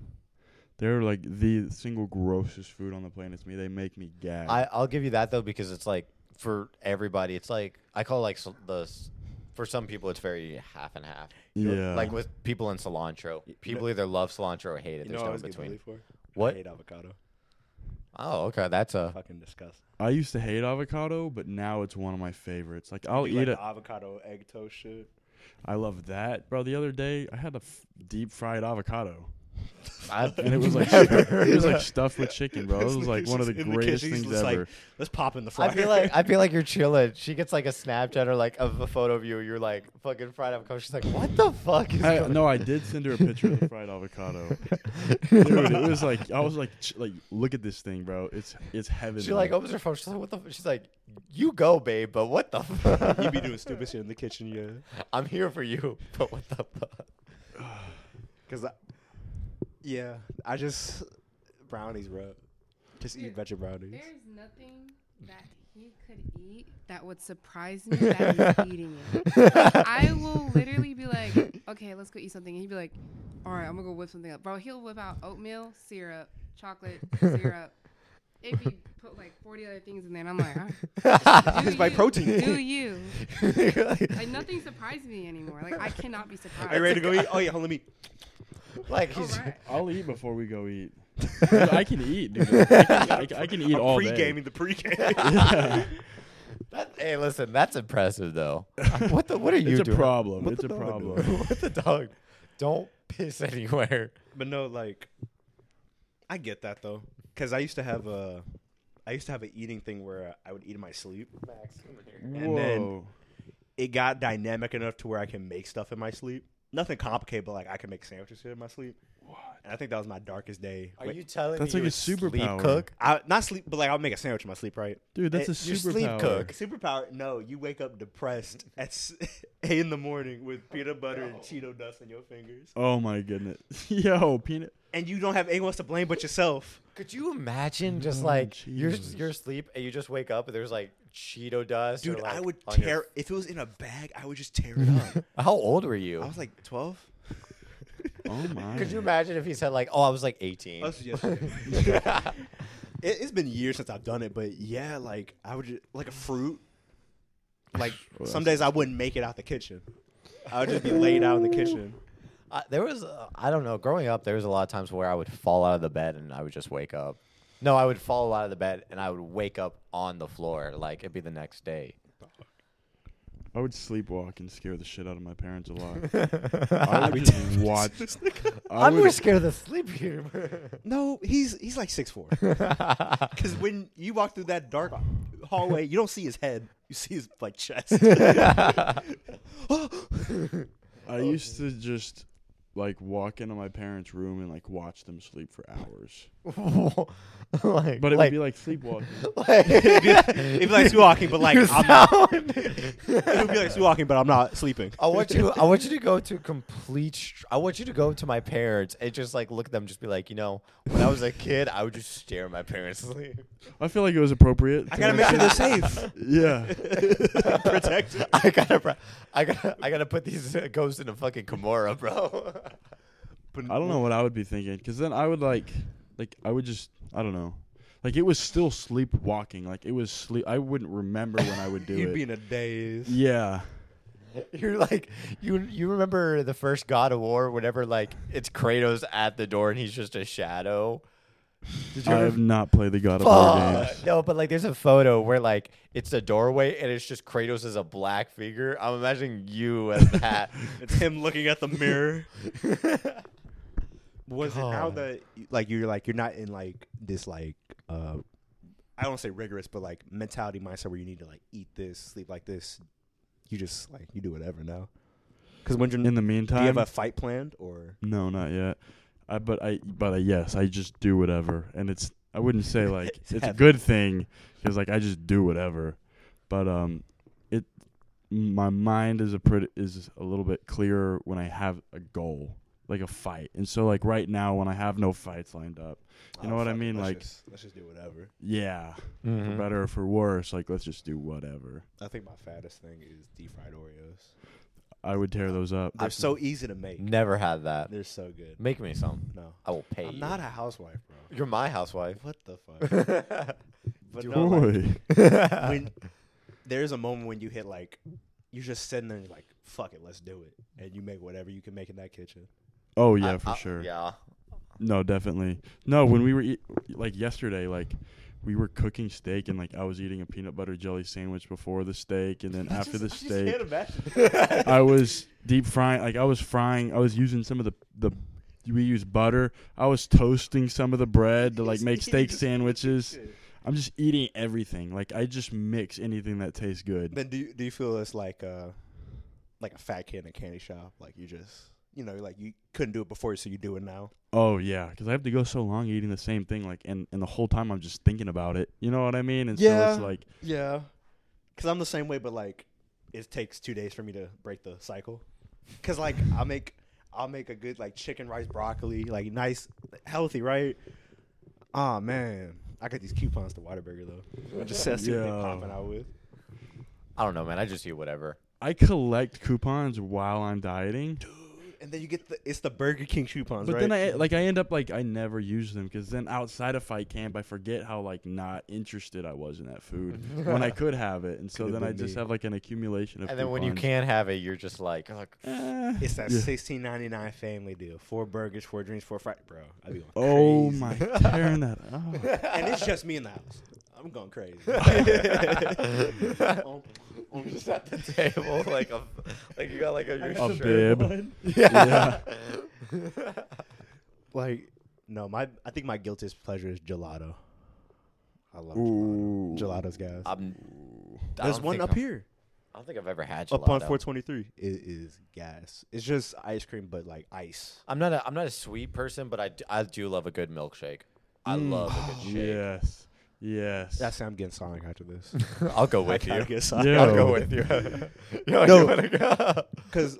They're like the single grossest food on the planet to me. They make me gag.
I, I'll give you that though because it's like for everybody. It's like I call it like s- the s- for some people it's very half and half.
Yeah.
Like with people in cilantro, people either love cilantro or hate it.
You know
There's
what I
no in
was getting
between.
bullied for?
What?
I hate avocado.
Oh, okay. That's a
Fucking disgusting.
I used to hate avocado, but now it's one of my favorites. Like I'll
Do
eat
you like
it.
the avocado egg toast shit.
I love that, bro. The other day I had a f- deep fried avocado,
(laughs) I,
(laughs)
and it was like (laughs) it was like stuffed with chicken, bro. It was
This
like one
(laughs)
of the
nigga's in
greatest
kitchen, he's
things
just like,
ever.
Let's pop in the fryer.
I
(laughs)
feel like I feel like you're chilling. She gets like a Snapchat or like of a photo of you. You're like fucking fried avocado. She's like, what the fuck is
I,
going
no, I did send her a picture of the fried avocado,
(laughs)
on?
dude. It was like I was like, ch- like look at this thing, bro. It's it's heaven.
She like oh.
bro.
opens her phone. She's like, what the? f-" She's like, you go, babe. But what the? Fuck?
you be doing stupid shit in the kitchen, yeah.
(laughs) I'm here for you. But what the? Fuck?
Cause, I, yeah, I just brownies, bro. Just eat veggie brownies.
There's nothing that he could eat that would surprise me that he's eating it. I
(laughs)
will literally be like, okay, let's go eat something. And he'd be like, all right, I'm going to go whip something up. Bro, he'll whip out oatmeal, syrup,
(laughs)
chocolate, syrup. If you put like 40 other things in there, and I'm like, all right.
(laughs)
Do
It's my
you,
protein.
Do you? Like, nothing surprised me anymore. Like, I cannot be
(laughs)
surprised.
Are you ready (laughs) to go eat? Oh yeah, hold on, let me.
like
All
(laughs)
he's
right.
I'll eat before we go eat. Dude, I can eat, dude. I can, I, can- I can eat
I'm
all day.
pre-gaming the (laughs) pre-game.
Yeah.
that, hey, listen, that's impressive though. What the? What are you
(laughs) It's a
doing?
problem.
What
It's a
the dog do?
(laughs)
problem.
what the dog? Don't piss anywhere.
But no, like, I get that though, because I used to have a, I used to have an eating thing where I would eat in my sleep. And then-
Whoa.
It got dynamic enough to where I can make stuff in my sleep. Nothing complicated, but like I can make sandwiches in my sleep. And I think that was my darkest day.
Are
Wait,
you telling
That's
me
like
you
a
a sleep
superpower.
cook?
I, Uh, not sleep, but like I'll make a sandwich in my sleep, right?
Dude, that's
Eh,
a
you're sleep
superpower.
cook.
Superpower? No, you wake up depressed at s- (laughs) eight in the morning with peanut butter and Cheeto dust in your fingers,
Oh my goodness. (laughs) Yo, peanut.
and you don't have anyone else to blame but yourself.
Could you imagine just
Oh,
like you're
Jesus.
you're asleep and you just wake up and there's like Cheeto dust? or,
Dude, I
like,
would
on your-
tear if it was in a bag. I would just tear it up.
How old were you?
I was like (laughs) twelve.
Oh my.
Could you imagine if he said like, "Oh, I was like 18."
Us yesterday. it, has been years since I've done it, but yeah, like I would just, like a fruit. (laughs) (laughs) Like
Well,
some
that's-
days I wouldn't make it out the kitchen. I would just (laughs) be laid out in the kitchen.
I, there was, uh, I don't know. Growing up, there was a lot of times where I would fall out of the bed and I would just wake up. No, I would fall out of the bed and I would wake up on the floor. Like it'd be the next day.
I would sleepwalk and scare the shit out of my parents a lot. I
I'm
would just watch. I would-
more scared of the sleep here.
No, he's he's like six (laughs) four. Because when you walk through that dark hallway, you don't see his head. You see his like (laughs) chest.
I
Oh,
used to just like walk into my parents' room and like watch them sleep for hours.
(laughs) like,
But
like, (laughs)
it would be like sleepwalking.
It'd be like walking, but like
You
I'm not. (laughs)
sound- (laughs)
It would be like walking, but I'm not sleeping.
I want you. I want you to go to complete. Str- I want you to go to my parents and just like look at them, just be like, you know, when I was a kid, I would just stare at my parents. (laughs) sleep.
(laughs) I feel like it was appropriate.
I
to,
gotta make
like,
sure they're safe.
(laughs) Yeah.
Protect.
(laughs) I gotta, bro- I gotta, I gotta put these uh, ghosts in a fucking Kimura, bro. (laughs)
I don't know what I would be thinking because then I would like, like I would just I don't know, like it was still sleepwalking. Like it was sleep. I wouldn't remember when I would do
(laughs) (laughs) You'd
it.
be in a daze.
yeah.
You're like, you, you remember the first God of War, whenever like it's Kratos at the door and he's just a shadow. Did
I
ever-
have not played the God of War
Fuck.
games.
No, but like there's a photo where like it's a doorway and it's just Kratos as a black figure. I'm imagining you
(laughs)
as that.
It's (laughs) him looking at the mirror. (laughs) Was it how
God.
the like you're like you're not in like this like uh I don't wanna say rigorous, but like mentality mindset where you need to like eat this, sleep like this. You just like you do whatever now. Because when you're
In the
do you
meantime,
have a fight planned or
no, not yet. I but I but I, yes, I just do whatever, and it's I
(laughs)
wouldn't say like it's, a
heavy.
good thing because like I just do whatever, but um, it my mind is a pretty is a little bit clearer when I have a goal like a fight, and so like right now when I have no fights lined up, you know what I mean?
Let's
Like
just- let's just do whatever.
yeah,
Mm-hmm.
for better or for worse, like let's just do whatever.
I think my fattest thing is deep fried Oreos.
I would tear those up.
They're so easy to make.
Mm.
Never had that.
They're so good.
Make me some.
No.
I will pay.
I'm
you.
not a housewife, bro.
You're my housewife.
What the fuck?
(laughs)
but no, like,
(laughs)
Boy.
when there's a moment when you hit like you're just sitting there and you're like, fuck it, let's do it. And you make whatever you can make in that kitchen.
Oh
I-
yeah, for
I-
sure.
Yeah.
No, definitely. No, when we were eat, like yesterday, like we were cooking steak and like I was eating a peanut butter jelly sandwich before the steak and then after the steak I was deep frying like I was frying I was using some of the the we use butter. I was toasting some of the bread to like make steak sandwiches. I'm just eating everything. Like I just mix anything that tastes good.
Then do you, do you feel it's like a like a fat kid in a candy shop? Like you just you know like you couldn't do it before, so you do it now.
Oh yeah, cuz I have to go so long eating the same thing like and and the whole time I'm just thinking about it. You know what I mean? And so
Yeah.
it's like
Yeah, because I'm the same way, but like it takes two days for me to break the cycle. Because like I make I'll make a good like chicken rice broccoli, like nice healthy, right? Oh man, I got these coupons to Whataburger though. I just said yeah.
Yeah.
popping out with.
I don't know, man. I just eat whatever.
I collect coupons while I'm dieting,
And then you get the it's the Burger King coupons,
but
right?
then I like I end up like I never use them because then outside of fight camp I forget how like not interested I was in that
(laughs)
food when I could have it, and so
Could've
then I
been
just
me.
have like an accumulation of.
And then when you
coupons.
can't have it, you're just like, like
Eh,
it's that
yeah.
sixteen ninety nine family deal: four burgers, four drinks, four fries, bro. I be going
Oh
crazy. (laughs)
my! Tearing that up.
and it's just me in the house. I'm going
(laughs)
crazy. I'm, I'm just at the
table, like a, like you got like a, your
A
shirt.
bib.
(laughs)
Yeah.
like no my i think my guiltiest pleasure is gelato i love
Ooh.
gelato. gelatos guys
I'm, I
there's
don't
one
think
up
I'm-
here
I don't think I've ever had
up on
gelato.
423 it is gas it's just ice cream but like ice
I'm not a, I'm not a sweet person, but I, d- I do love a good milkshake. I
Mm.
love a
(sighs)
good shake.
Yes. Yes.
that's i'm getting sonic after
(laughs)
this
(laughs) I'll go with
I
you.
get
I'll go
with (laughs) you.
No.
go?
because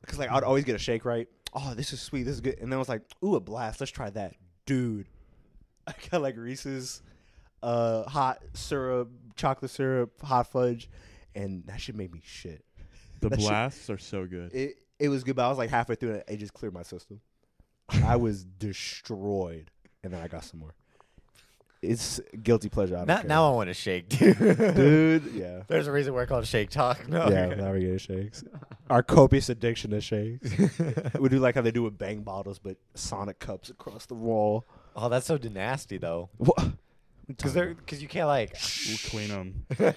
because like i'd always get a shake right oh this is sweet this is good and then i was like ooh a blast let's try that dude (laughs) i got like reese's uh hot syrup chocolate syrup hot fudge and that shit made me shit
the
that shit-
blasts are so good.
it it was good, but I was like halfway through and it just cleared my system. I was
(laughs)
destroyed, and then I got some more. It's guilty pleasure. I don't
Not
care.
now. I want a shake,
(laughs)
dude.
dude. Yeah,
(laughs) There's a reason we're called Shake Talk.
(laughs)
No.
yeah. Now we're getting shakes. Our copious addiction to (laughs) shakes. we do like how they do with bang bottles, but Sonic cups across the wall.
Oh, that's so nasty though. (laughs)
What?
Because they're because you
(laughs)
can't like. (laughs)
We'll clean them.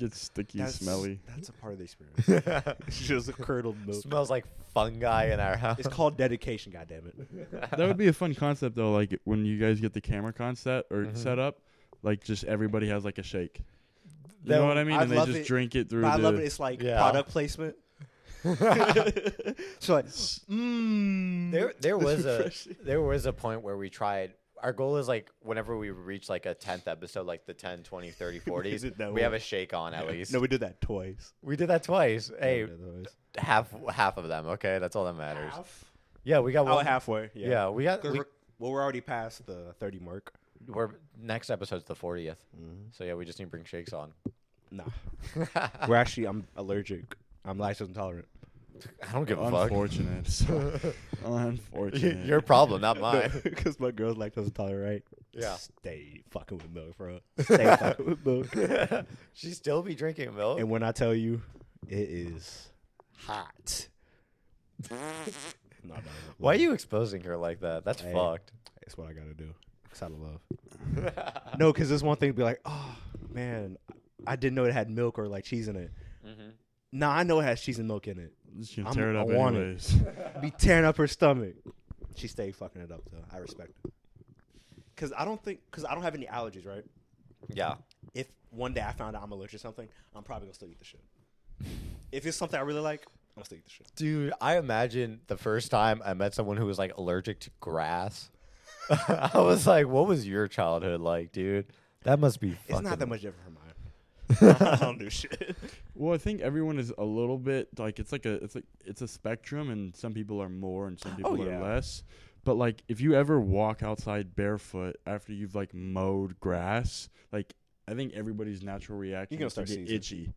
Gets sticky,
That's,
smelly.
That's a part of the experience. it's just curdled milk.
smells like fungi in our house.
It's called dedication. God damn (laughs) it.
that would be
(laughs)
a fun concept though. Like when you guys get the camera concept or
Mm-hmm.
set up, like just everybody has like a shake. You
That
know
w-
what I mean?
I'd
and they
love
just
it,
drink it through.
But I
the,
love
(laughs)
it. It's like
Yeah.
product (laughs) placement. so like, mmm.
There, there was a there was a point where we tried. Our goal is like whenever we reach like a tenth episode, like the 10,
(laughs)
20, 30, 40s,
did that
we have a
one.
shake on at least.
No, we did that twice.
we did that twice. Hey,
We did that twice.
half half of them. Okay, that's all that matters. Yeah, we got
Oh,
one.
halfway.
Yeah,
Yeah.
we got.
'Cause
We,
we're, well, we're already past the thirty mark.
we're next episode's the 40th
Mm-hmm.
So yeah, we just need to bring shakes on. (laughs)
Nah, (laughs) we're actually. I'm allergic. I'm lactose intolerant.
I don't give a fuck.
Unfortunate.
(laughs)
(laughs)
Unfortunate.
Your problem, not mine. (laughs)
Because my girl's lactose intolerant, right?
Yeah.
Stay fucking with milk, (laughs) bro. Stay fucking with milk.
she still be drinking milk.
And when I tell you, it is
(laughs)
hot. no, no, no.
Why are you exposing her like that? That's
Hey.
fucked. (laughs)
It's what I gotta do. It's out of love. no, because it's one thing to be like, oh man, I didn't know it had milk or like cheese in it.
Mm-hmm.
No, I know it has cheese and milk in it.
Just gonna
I'm-
tear it
I
up
want it.
anyways.
Be tearing up her stomach. She stayed fucking it up though. I respect it. Cause I don't think, cause I don't have any allergies, right?
Yeah.
If one day I found out I'm allergic to something, I'm probably gonna still eat the shit. If it's something I really like, I'm gonna still eat the shit.
Dude, I imagine the first time I met someone who was like allergic to grass. (laughs) I was like, what was your childhood like, dude? That must be
It's
fucking-
not that much different from mine. I don't do shit.
Well, I think everyone is a little bit like it's like a it's like it's a spectrum, and some people are more and some people
yeah.
are less. But like, if you ever walk outside barefoot after you've like mowed grass, like I think everybody's natural reaction
gonna
is to
start
get
sneezing.
itchy,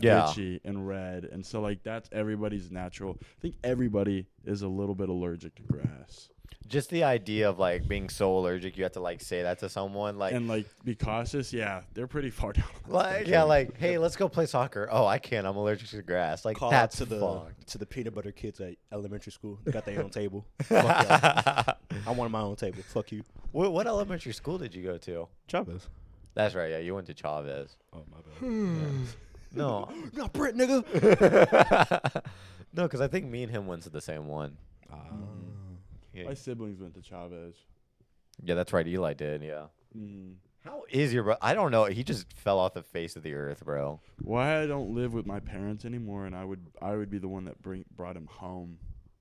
Yeah.
itchy and red, and so like that's everybody's natural. I think everybody is a little bit allergic to grass.
Just the idea of like being so allergic, you have to like say that to someone, like,
and like be cautious. Yeah, they're pretty far down.
like yeah, like, hey, let's go play soccer. Oh, I can't. I'm allergic to grass. Like
Call out
that's
to the
fucked.
to the peanut butter kids at elementary school. They got their own table. Fuck y'all.
(laughs)
I wanted my own table. Fuck you,
what, what elementary school did you go to?
Chavez.
That's right. Yeah, you went to Chavez.
Oh my bad. (laughs)
No, (laughs)
Not Brit, nigga.
no, because I think me and him went to the same one.
Um,
Yeah,
My siblings went to Chavez. Mm-hmm.
yeah that's right. Eli did. Yeah. How is your bro? I don't know. He just fell off the face of the earth, bro.
Why I don't live with my parents anymore, and I would I would be the one that bring brought him home,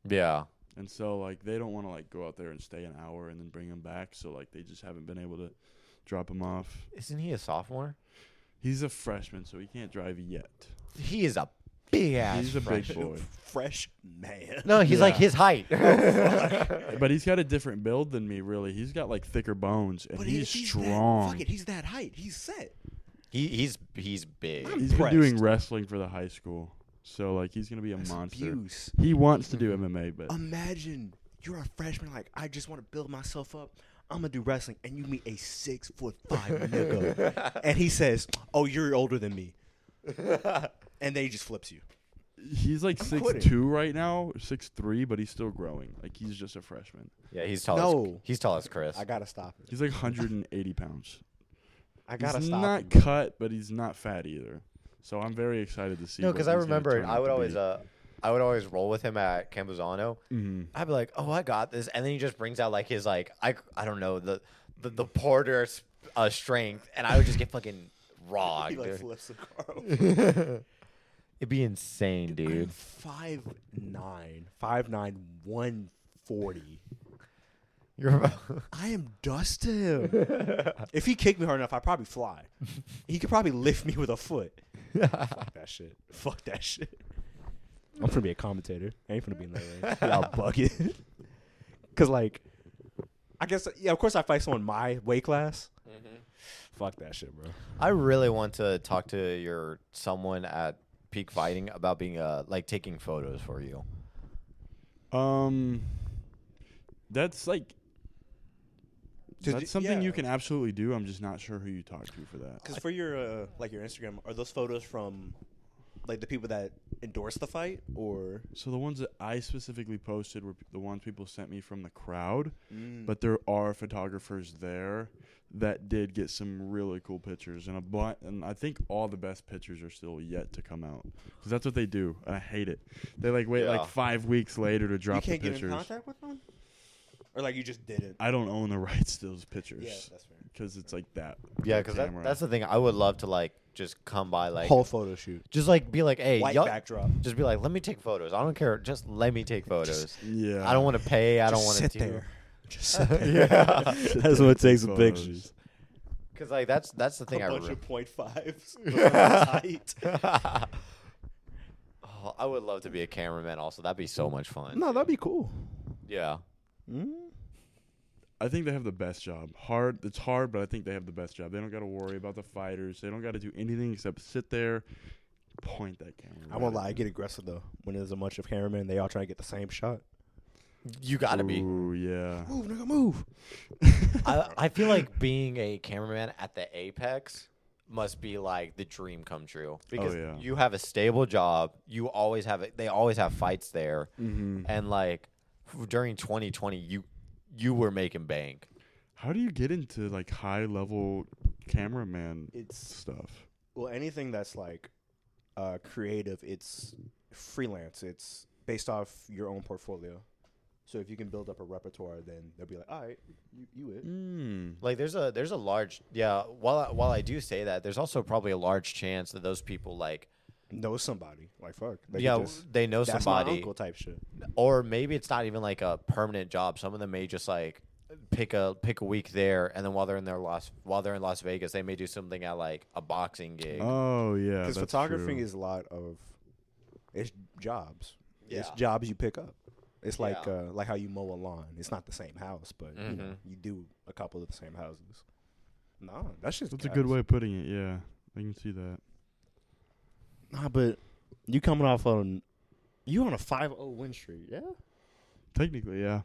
Yeah.
and so like they don't want to like go out there and stay an hour and then bring him back. So like they just haven't been able to drop him off.
Isn't he a sophomore?
He's a freshman, so he can't drive yet.
He is a big ass.
He's a big
(laughs)
freshman.
boy,
Fresh man.
No, he's like
Yeah.
his height. (laughs)
but he's got a different build than me. Really, he's got like thicker bones, and
he-
he's,
that-
strong.
fuck it, he's that height. He's set.
he, he's he's big.
I'm
He's been
impressed.
doing wrestling for the high school, so like he's gonna be a
That's Mm-hmm.
monster.
abuse.
He wants to do MMA, but
Imagine you're a freshman, like I just want to build myself up. I'm gonna do wrestling, and you meet a six foot five (laughs) nigga, and he says, "Oh, you're older than me," and then he just flips you.
he's like six
quitting.
two right now, six three, but he's still growing. Like he's just a freshman.
Yeah, he's tall.
No.
As, he's tall as Chris.
I gotta stop it.
He's
(laughs)
like 180 pounds.
I gotta
he's
stop.
not
you.
cut, but he's not fat either. So I'm very excited to see.
no,
what
because I
he's gonna
remember
turn
I
out
would
to
always
be.
uh, I would always roll with him at Cambuzano.
Mhm.
I'd be like, oh, I got this, and then he just brings out like his like I I don't know the the, the porter s- uh, strength, and I would just get (laughs) fucking raw.
He like
dude.
flips the
(laughs)
car.
It'd be insane, dude.
Five nine, five nine, one forty.
(laughs) You're
I am Dustin. (laughs) if he kicked me hard enough, I'd probably (laughs) fly. He could probably lift me with a foot. (laughs) Fuck that shit. Fuck that shit. I'm gonna be a commentator. I ain't gonna be in that (laughs) range. Y'all bucket. Cause like, I guess yeah. Of course, I fight someone my weight class. Fuck that shit, bro.
I really want to talk to your someone at Peak Fighting about being uh like taking photos for you. uh,
Um, that's like.
Did you-
That's something
yeah.
you can absolutely do. I'm just not sure who you talk to for that.
Cause for your uh, like your Instagram, are those photos from like the people that endorse the fight or?
So the ones that I specifically posted were p- the ones people sent me from the crowd,
Mm.
but there are photographers there that did get some really cool pictures, and a bu- and I think all the best pictures are still yet to come out because that's what they do, and I hate it. They like wait
Yeah.
like five weeks later to drop
you can't
the
get in
pictures.
contact with them, or like you just didn't.
I don't own the (laughs) rights to those
Yeah,
pictures
that's fair.
because it's like that.
Yeah, because that,
camera.
that's
(laughs)
the thing. I would love to like just come by like
Whole photo shoot,
just like be like, hey,
white
y'all,
backdrop.
just be like, let me take photos. I don't care. Just let me take photos.
yeah.
I don't want to pay. I don't want to
sit
do.
there. Just sit there.
(laughs) yeah,
That's what it takes with
Photos.
pictures.
because like that's that's the thing.
A
I
bunch
re-
of point (laughs) fives.
(laughs)
Tight.
oh, I would love to be a cameraman. Also, that'd be so much fun.
No, that'd be cool.
Yeah,
Hmm?
I think they have the best job. Hard, it's hard, but I think they have the best job. They don't got to worry about the fighters. They don't got to do anything except sit there, point that camera.
I won't
right
lie, I get aggressive though. When there's a bunch of cameramen, they all try to get the same shot.
you gotta
at-
be.
Ooh, yeah.
Move, nigga, move.
I, I feel like being a cameraman at the apex must be like the dream come
Oh,
true because
yeah.
you have a stable job. You always have it. They always have fights there,
Mm-hmm.
and like f- during 2020, you you were making bank.
How do you get into like high level cameraman
It's
stuff?
well, anything that's like uh, creative, it's freelance. It's based off your own portfolio. So if you can build up a repertoire, then they'll be like, all right, you, you it. Hmm.
Mm.
Like there's a there's a large yeah. While I, while I do say that, there's also probably a large chance that those people like
Know somebody. Like, fuck. They could
yeah
just-
they know
that's
somebody
my uncle type shit.
or maybe it's not even like a permanent job. Some of them may just like pick a pick a week there, and then while they're in their Las while they're in Las Vegas, they may do something at like a boxing gig.
Oh yeah,
because
that's
photography
true.
is a lot of it's jobs. It's
Yeah.
jobs you pick up. It's like
Yeah.
uh, like how you mow a lawn. It's not the same house, but you, know,
Mhm.
you do a couple of the same houses. Nah, that's just
That's a good
gas.
way of putting it. Yeah, I can see that.
Nah, but you coming off on you on a five zero win oh streak, yeah?
Technically, yeah.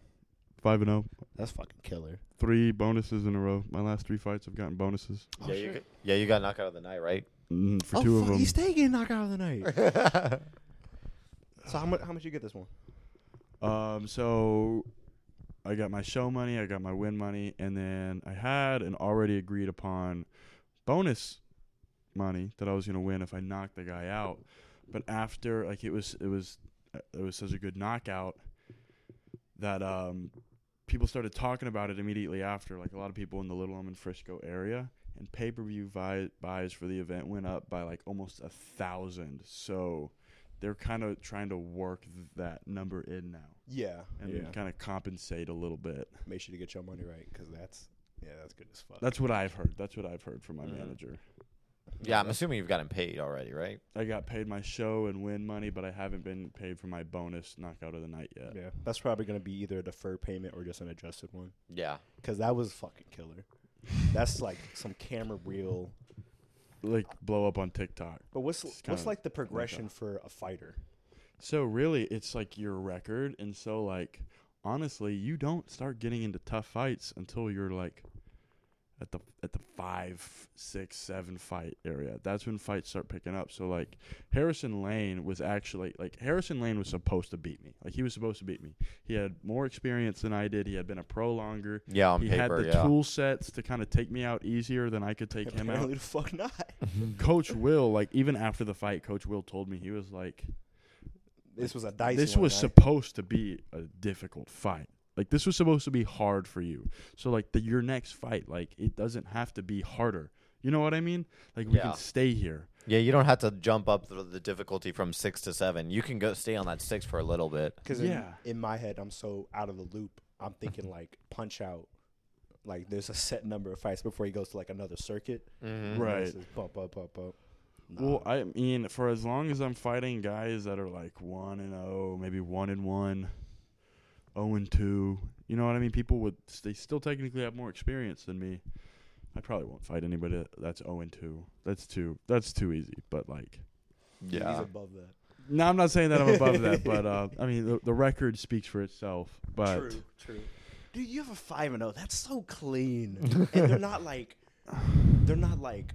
Five and zero.
That's fucking killer.
Three bonuses in a row. My last three fights have gotten bonuses.
Oh,
yeah, you
shit.
got, yeah, you got knocked out of the night, right?
Mm, for
Oh,
two of
fuck,
them.
You stay getting knocked out of the night.
(laughs)
so how much? How much you get this one?
Um, so I got my show money, I got my win money, and then I had an already agreed upon bonus money that I was gonna win if I knocked the guy out. But after, like, it was it was it was such a good knockout that um people started talking about it immediately after. Like a lot of people in the Little Elm and Frisco area. And pay per view vi- buys for the event went up by like almost a thousand. So they're kind of trying to work th- that number in now
Yeah,
and kind of compensate a little bit.
Make sure to get your money right, because that's yeah, that's good as fuck.
That's what I've heard. That's what I've heard from my
Mhm.
manager.
yeah, I'm assuming you've gotten paid already, right?
I got paid my show and win money, but I haven't been paid for my bonus knockout of the night yet.
yeah. That's probably gonna be either a deferred payment or just an adjusted one.
Yeah.
Cause that was fucking killer. That's like some camera reel.
Like blow up on TikTok.
But what's
It's kinda
what's like the progression for a fighter?
So really, it's like your record, and so like honestly, you don't start getting into tough fights until you're like at the at the five, six, seven fight area. That's when fights start picking up. So like Harrison Lane was actually like Harrison Lane was supposed to beat me. Like he was supposed to beat me. He had more experience than I did. He had been a pro longer.
Yeah, on
he had
paper.
the
yeah.
tool sets to kind of take me out easier than I
(laughs)
could take him out.
Apparently the fuck not.
Coach Will, like even after the fight, Coach Will told me he was like
This was a dice.
this
one,
was
right?
supposed to be a difficult fight. Like this was supposed to be hard for you. So like the your next fight, like it doesn't have to be harder. You know what I mean? Like we
Yeah.
can stay here.
Yeah, you don't have to jump up the, the difficulty from six to seven. You can go stay on that six for a little bit.
Because
Yeah.
in, in my head, I'm so out of the loop. I'm thinking like punch out. Like there's a set number of fights before he goes to like another circuit.
Mm-hmm.
And then
Right.
it's just Bump up, up, up.
Well, I mean, for as long as I'm fighting guys that are like one and oh, maybe one and one, oh and two. You know what I mean? People would they still technically have more experience than me. I probably won't fight anybody that- that's oh and two. That's too that's too easy. But like
He's
Yeah.
above that.
No, I'm not saying that I'm above that, but uh, I mean the, the record speaks for itself. But
true, true. Dude, you have a five and zero. That's so clean. and they're not like, they're not like,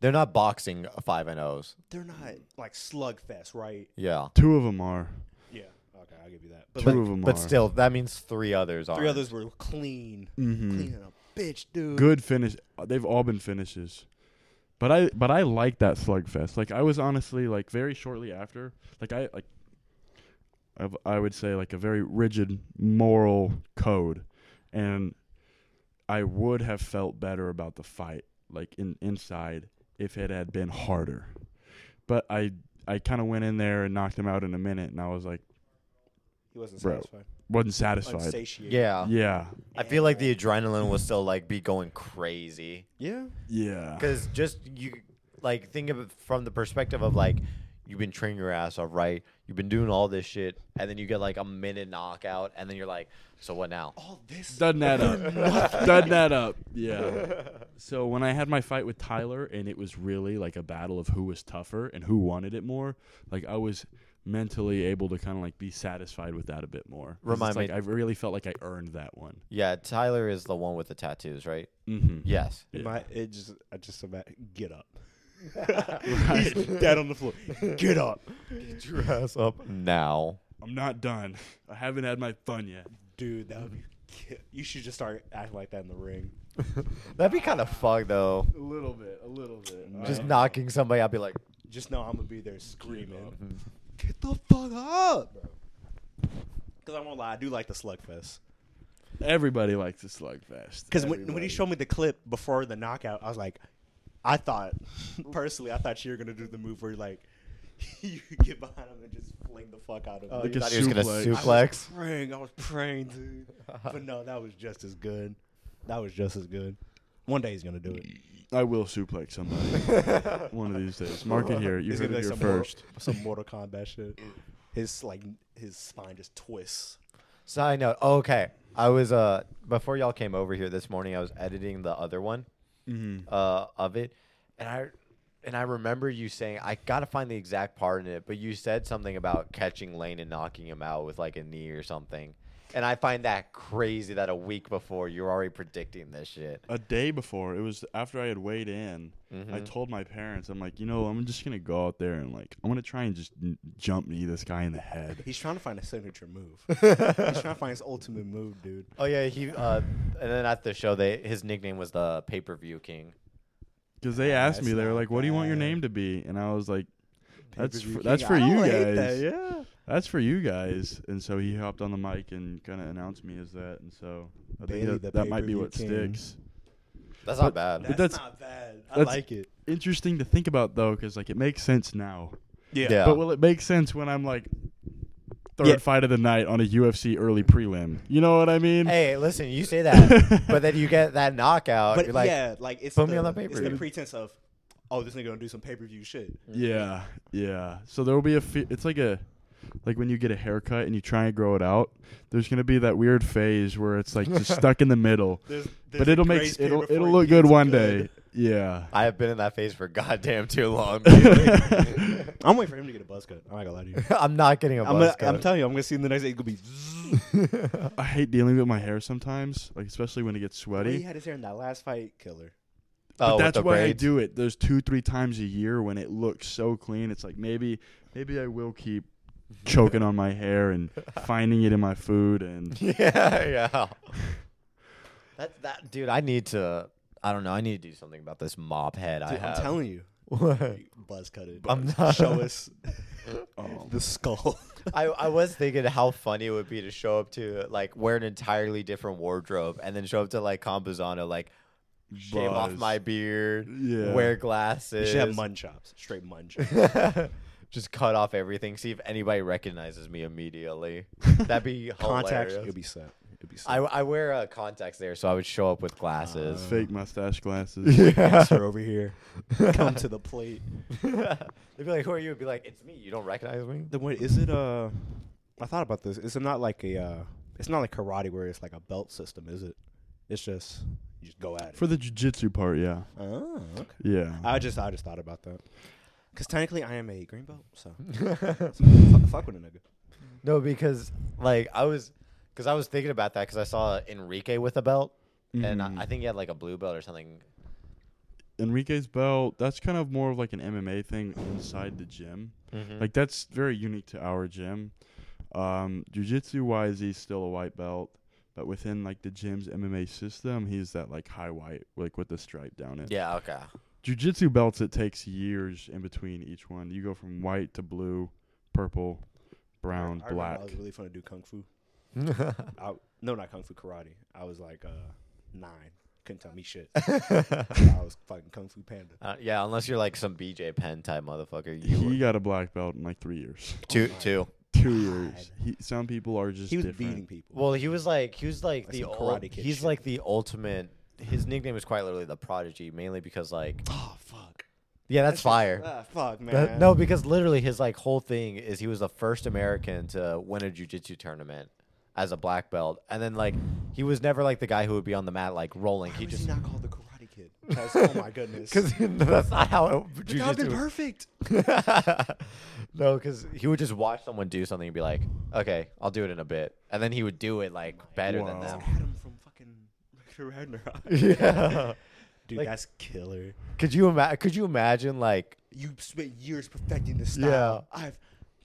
They're not boxing five and O's.
they're not like slugfest, right?
Yeah.
two of them are,
Yeah. Okay, I'll give you that. But
two
like,
of them
But
are.
still, that means three others are.
three others were clean,
Mhm.
clean and a bitch, dude.
good finish. uh, They've all been finishes. But I but I like that slugfest. Like I was honestly like very shortly after, like I like I've, I would say like a very rigid moral code, and I would have felt better about the fight like in inside if it had been harder. But I I kind of went in there and knocked him out in a minute, and I was like
He wasn't
Bro.
satisfied.
wasn't satisfied.
Unsatiated.
Yeah.
Yeah,
I feel like the adrenaline will still like be going crazy.
Yeah.
yeah.
because just you like think of it from the perspective of like you've been training your ass off right you've been doing all this shit and then you get like a minute knockout and then you're like so what now
All this.
Done that up. Done that up. Yeah. So when I had my fight with Tyler and it was really like a battle of who was tougher and who wanted it more, like I was mentally able to kind of like be satisfied with that a bit more. 'Cause
Remind
it's
me-
like I really felt like I earned that one.
yeah tyler is the one with the tattoos right
Mm-hmm.
yes
In
Yeah.
My, it just, I just about get up. He's dead on the floor. Get up,
get your ass up now
I'm not done. I haven't had my fun yet.
dude. That would be. ki- You should just start acting like that in the ring.
that'd be kind of fun though
A little bit. A little bit.
just knocking somebody i'd be like
Just know I'm gonna be there screaming. Get the fuck up, bro. Cause I won't lie, I do like the slugfest.
Everybody likes a slugfest.
Because when, when
Everybody.
he showed me the clip before the knockout, I was like, I thought, personally, I thought you were gonna do the move where like (laughs) you get behind him and just fling the fuck out of him.
oh,
Like
you
a
thought he was gonna
suplex.
suplex
I was praying, I was praying, dude. but no, that was just as good. That was just as good. One day he's gonna do it.
I will suplex somebody one of these days. Mark it here. You
It's
heard
gonna
it
be
here
like some Mortal-
first.
some Mortal Kombat shit. His like his spine just twists.
Side note. Okay, I was uh before y'all came over here this morning. I was editing the other one uh of it, and I and I remember you saying I gotta find the exact part in it, but you said something about catching Lane and knocking him out with like a knee or something. And I find that crazy that a week before you're already predicting this shit.
a day before it was after i had weighed in
Mm-hmm.
i
Mhm.
told my parents i'm like you know i'm just gonna go out there and like i'm gonna try and just n- jump knee this guy in the head
He's trying to find a signature move. He's trying to find his ultimate move, dude.
Oh yeah, he uh, and then at the show they his nickname was the pay per view king.
because they asked me
That's
they were
Ah, not
like what do you want your
bad.
name to be and i was like that's
Pay-per-view
for, that's
king.
for
I
you
don't
guys
hate that, yeah.
that's for you guys and so he hopped on the mic and kind of announced me as that and so i think
Bailey,
that,
the
that might be
pay-per-view
what
king.
sticks
That's not
But-
bad.
That's,
that's-
not bad. I
that's-
like it. (laughs)
interesting to think about though because like it makes sense now
Yeah.
But will it make sense when I'm like third
Yeah.
fight of the night on a UFC early prelim? You know what I mean?
Hey, listen, you say that, but then you get that knockout.
But
you're like,
yeah, like it's
put
the,
me on that
it's the
pay-per-view.
pretense of, oh, this nigga gonna do some pay per view shit.
Yeah, yeah. So there will be a. Fe- it's like a, like when you get a haircut and you try and grow it out. There's gonna be that weird phase where it's like just stuck in the middle.
There's,
but it'll make s- it'll it'll look good one day. Yeah.
I have been in that phase for goddamn too (laughs) long. dude.
I'm waiting for him to get a buzz cut. I'm not gonna lie to you.
I'm not getting a
I'm,
buzz
gonna, I'm
cut.
telling you, I'm gonna see him the next day. It's gonna be.
I hate dealing with my hair sometimes, like especially when it gets
he
sweaty.
had his hair in that last fight, killer.
But
Oh, with
that's
the
why I
braids.
do it. There's two, three times a year when it looks so clean. It's like maybe, maybe I will keep choking on my hair
(laughs)
and finding it in my food and
(laughs) yeah, yeah. That that dude, I need to. I don't know. I need to do something about this mop head I
Dude, (laughs)
have.
I'm telling you,
(laughs) What?
buzz cut it.
I'm not-
Show (laughs) us
oh,
the skull.
I, I was thinking how funny it would be to show up to like wear an entirely different wardrobe and then show up to like Compozano like shave off
Buzz.
my beard,
Yeah.
wear
You
glasses,
should have mun chops, straight mun chops.
(laughs) just cut off everything, see if anybody recognizes me
(laughs)
immediately. That'd be
(laughs) Contacts,
hilarious.
you'll be set. You'll be set.
I, I wear uh, contacts there, so I would show up with glasses.
fake mustache glasses.
Master over here, come to the plate.
(laughs) They'd be like, "Who are you?" I'd be like, "It's me. You don't recognize me."
Then wait, is it uh? I thought about this. Is it not like a? Uh, it's not like karate where it's like a belt system, is it? It's just you just go at it.
For the jujitsu part, yeah,
oh, okay.
yeah.
I just I just thought about that. Cause technically I am a green belt,
(laughs)
so, so fu- fuck with a nigga.
No, because like I was, because I was thinking about that because I saw Enrique with a belt, and I, I think he had like a blue belt or something.
Mm-hmm. Enrique's belt. That's kind of more of like an MMA thing inside the gym.
Mm-hmm.
Like that's very unique to our gym. Um, jujitsu wise, he's still a white belt, but within like the gym's MMA system, he's that like high white, like with the stripe down it.
Yeah. Okay.
Jiu-jitsu belts it takes years in between each one. You go from white to blue, purple, brown,
I remember
black.
I was really fun to do kung
(laughs)
fu. I, no, not kung fu karate. I was like uh nine. Couldn't tell me
(laughs)
shit. I was fucking kung fu panda.
Uh, yeah, unless you're like some BJ Penn type motherfucker, you (laughs)
He
were
got a black belt in like
(laughs)
3 years.
two two.
Two years. He, some people are just
He was
different.
beating people.
Well, he was like he was like,
Like
the
some
ul-
Karate Kid
he's
shit.
like the ultimate. His nickname was quite literally the prodigy, mainly because (gasps) like
oh fuck.
yeah, that's fire.
Ah, fuck man.
That- no, because literally his like whole thing is he was the first American to win a jujitsu tournament as a black belt, and then like he was never like the guy who would be on the mat like rolling.
Why
he
was
just
he not called the Karate
(laughs)
Kid? 'Cause, oh my goodness.
because (laughs) that's not how it,
that would have been
jujitsu.
perfect.
(laughs) no, because he would just watch someone do something and be like, "Okay, I'll do it in a bit," and then he would do it like better
Wow.
than them.
Had him from fucking (laughs) Ragnarok.
(laughs) Yeah.
Dude,
Like-
that's killer.
Could you imagine? Could you imagine like
You spent years perfecting this
style.
style. I've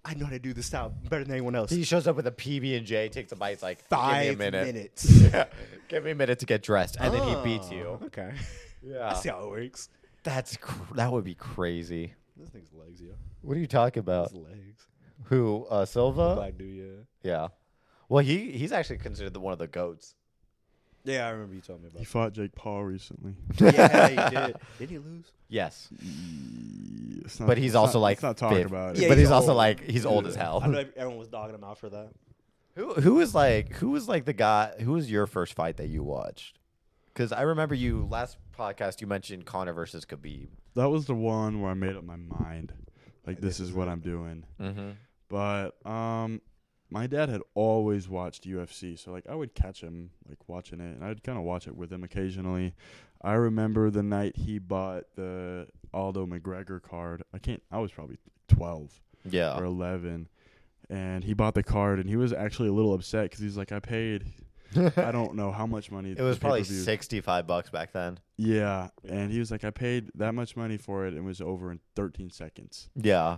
I know how to do this style better than anyone else.
he shows up with a PB and J, takes a bite, it's like
Five
give me a minute. (laughs)
minutes.
Yeah. Give me a minute to get dressed, and then he beats you.
Okay.
Yeah.
I see how it works.
That's cr- that would be crazy.
This thing's legs, yo.
What are you talking about?
His legs.
Who? Uh, Silva?
Black dude, yeah.
Yeah. Well, he he's actually considered the, one of the goats.
Yeah, I remember you told me (laughs)
He
about
fought Jake Paul recently.
that. yeah, he (laughs) did. Did he lose?
Yes,
It's not-
but he's
let's
also
not-
like
let's not talk
fifth.
about
Yeah,
it.
but he's,
he's
also
old.
like he's old as
I know
hell.
everyone was dogging him out for that.
Who who was like who was like the guy? Who was your first fight that you watched? Because I remember you last podcast you mentioned Connor versus Khabib.
That was the one where I made up my mind. Like this is what I'm doing.
Mm-hmm.
But um my dad had always watched UFC, so like I would catch him like watching it and I'd kind of watch it with him occasionally. I remember the night he bought the
Oh.
Aldo McGregor card. I can't I was probably 12
Yeah.
or 11 and he bought the card, and he was actually a little upset because he's like,
(laughs)
I paid, I don't know how much money.
It was
the
probably
pay-per-view-
sixty-five bucks back then.
Yeah, and he was like, I paid that much money for it, and it was over in 13 seconds.
Yeah.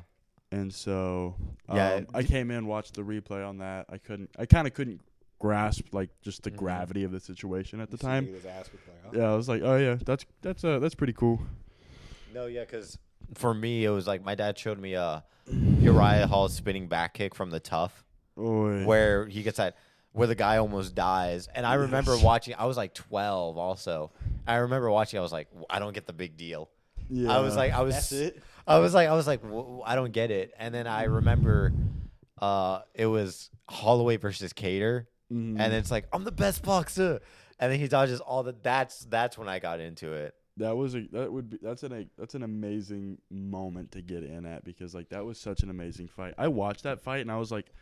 And so, um,
Yeah, it-
I came in, watched the replay on that. I couldn't, I kind of couldn't grasp like just the
Mhm.
gravity of the situation at the
Mm-hmm. You see
time.
his ass with, like, oh.
Yeah, I was like, oh yeah, that's that's uh that's pretty cool.
No, yeah, because for me it was like my dad showed me uh Uriah Hall's spinning back kick from the tough,
Oy.
where he gets that where the guy almost dies, and I remember
Yes.
watching. I was like twelve, also. I remember watching. I was like, I don't get the big deal. I was
Yeah.
like, I was,
That's it?
I was like, I was like, w- I don't get it. And then I remember, uh, it was Holloway versus Cater,
Mhm.
and it's like, I'm the best boxer, and then he dodges all the. That's that's when I got into it.
that was a that would be that's an a, that's an amazing moment to get in at because like that was such an amazing fight. I watched that fight and I was like,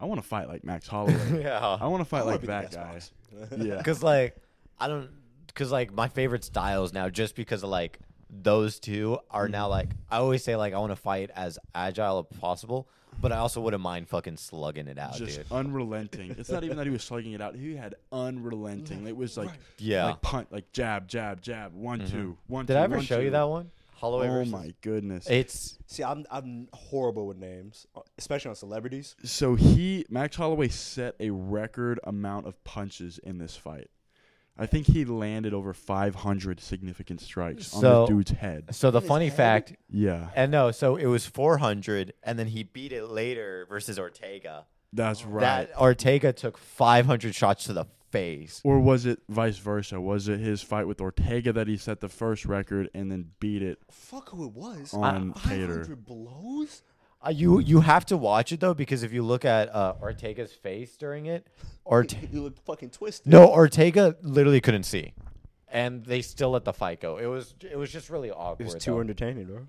I want to fight like
(laughs)
Max Holloway. I
yeah,
want to
I
fight
wanna
like
be the
that
best
guy.
boss.
Yeah.
because like I don't, because like my favorite styles now, just because of like those two are now like I always say like I want to fight as agile as possible, but I also wouldn't mind fucking slugging it out,
just
dude.
unrelenting. It's not even that he was slugging it out. He had unrelenting. It was like
Yeah.
like punt, like jab, jab, jab, one, two, one,
Did
two,
I ever
one,
show you
two.
that one? Holloway
Oh
versus.
my goodness!
It's
See, I'm I'm horrible with names, uh, especially on celebrities.
so he Max Holloway set a record amount of punches in this fight. I think he landed over 500 significant strikes
So-
on the dude's head.
So the funny fact,
Yeah,
and no, so it was 400, and then he beat it later versus Ortega.
that's right.
That Ortega took 500 shots to the face.
or was it vice versa? Was it his fight with Ortega that he set the first record and then beat it?
Fuck who it was.
On
Five
Tater.
hundred blows.
Uh, you you have to watch it though because if you look at uh, Ortega's face during it, Ortega
You look fucking twisted.
no Ortega literally couldn't see, and they still let the fight go. It was it was just really awkward. though.
entertaining, bro.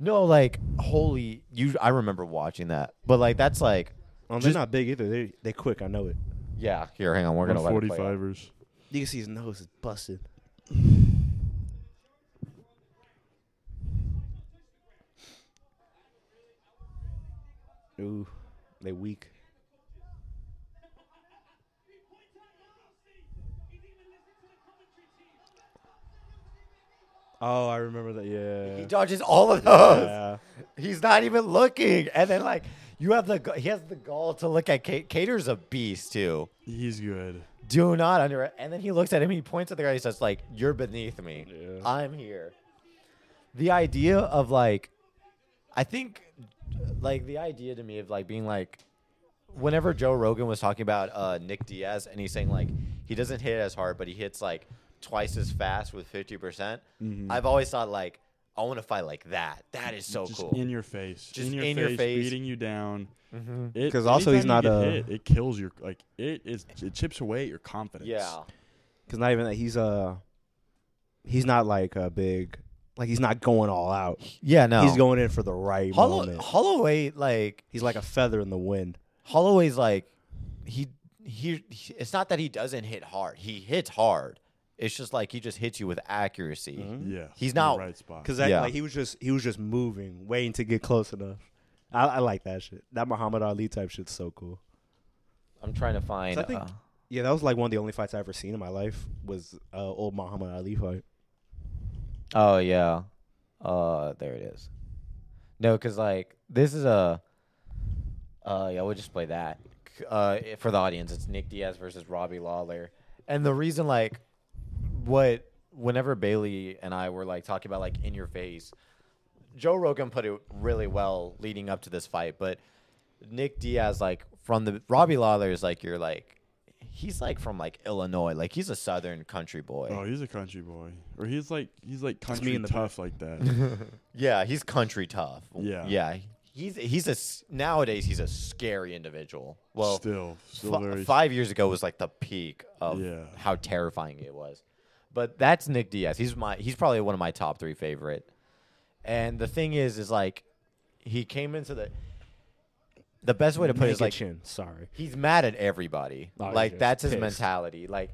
No, like holy, you I remember watching that, but like that's like
Um,
Just-
they're not big either. They they quick. I know it.
yeah. Here, hang on, we're gonna let it play out.
145ers.
You can see his nose is busted. Ooh, they weak. Oh, I remember that. Yeah.
He dodges all of those.
Yeah.
He's not even looking. And then like you have the gu- he has the gall to look at Kate. Cater's a beast too.
He's good.
Do not under. And then he looks at him. He points at the guy. He says like, "You're beneath me. I'm here." The idea of like, I think, like the idea to me of like being like, whenever Joe Rogan was talking about uh, Nick Diaz and he's saying like he doesn't hit as hard, but he hits like twice as fast with fifty percent.
Mm-hmm.
I've always thought like, I want to fight like that. That is so
just
cool.
in your face,
Just
in, your,
in
face,
your face.
beating you down. It-
Mm-hmm. 'Cause also he's
anytime you
not
get
a-
hit, it kills your like it is it chips away at your confidence.
yeah.
Cause not even that he's uh he's not like a big like he's not going all out.
Yeah. No.
He's going in for the right
Hollow-
moment.
Holloway like
he's like a feather in the wind.
Holloway's like he, he he- it's not that he doesn't hit hard. He hits hard. It's just like he just hits you with accuracy.
Mm-hmm.
yeah.
He's
in the
not-
right spot.
Cause that,
Yeah.
like he was just he was just moving, waiting to get close enough. I, I like that shit. That Muhammad Ali type shit's so cool.
I'm trying to find.
So I think
uh,
yeah, that was like one of the only fights I ever seen in my life was uh, old Muhammad Ali fight.
oh yeah, uh, there it is. No, because like this is a. Uh, yeah, we'll just play that. C- Uh, it- for the audience, it's Nick Diaz versus Robbie Lawler, and the reason like what whenever Bailey and I were like talking about like in your face, Joe Rogan put it really well leading up to this fight, but Nick Diaz like from the Robbie Lawler is like you're like he's like from like Illinois, like he's a Southern country boy.
oh, he's a country boy, or he's like he's like
me
country
in the
tough like that.
Yeah, he's country tough.
Yeah.
yeah. He's he's a s- nowadays he's a scary individual. (laughs) Well,
still, still
fi-
very.
five years ago was like the peak of
Yeah.
how terrifying it was. But that's Nick Diaz. He's my he's probably one of my top three favorite. And the thing is, is like he came into the the best way to put it
Naked
is like
chin. Sorry.
he's mad at everybody.
Oh, he's
like
just
that's his
pissed.
mentality. Like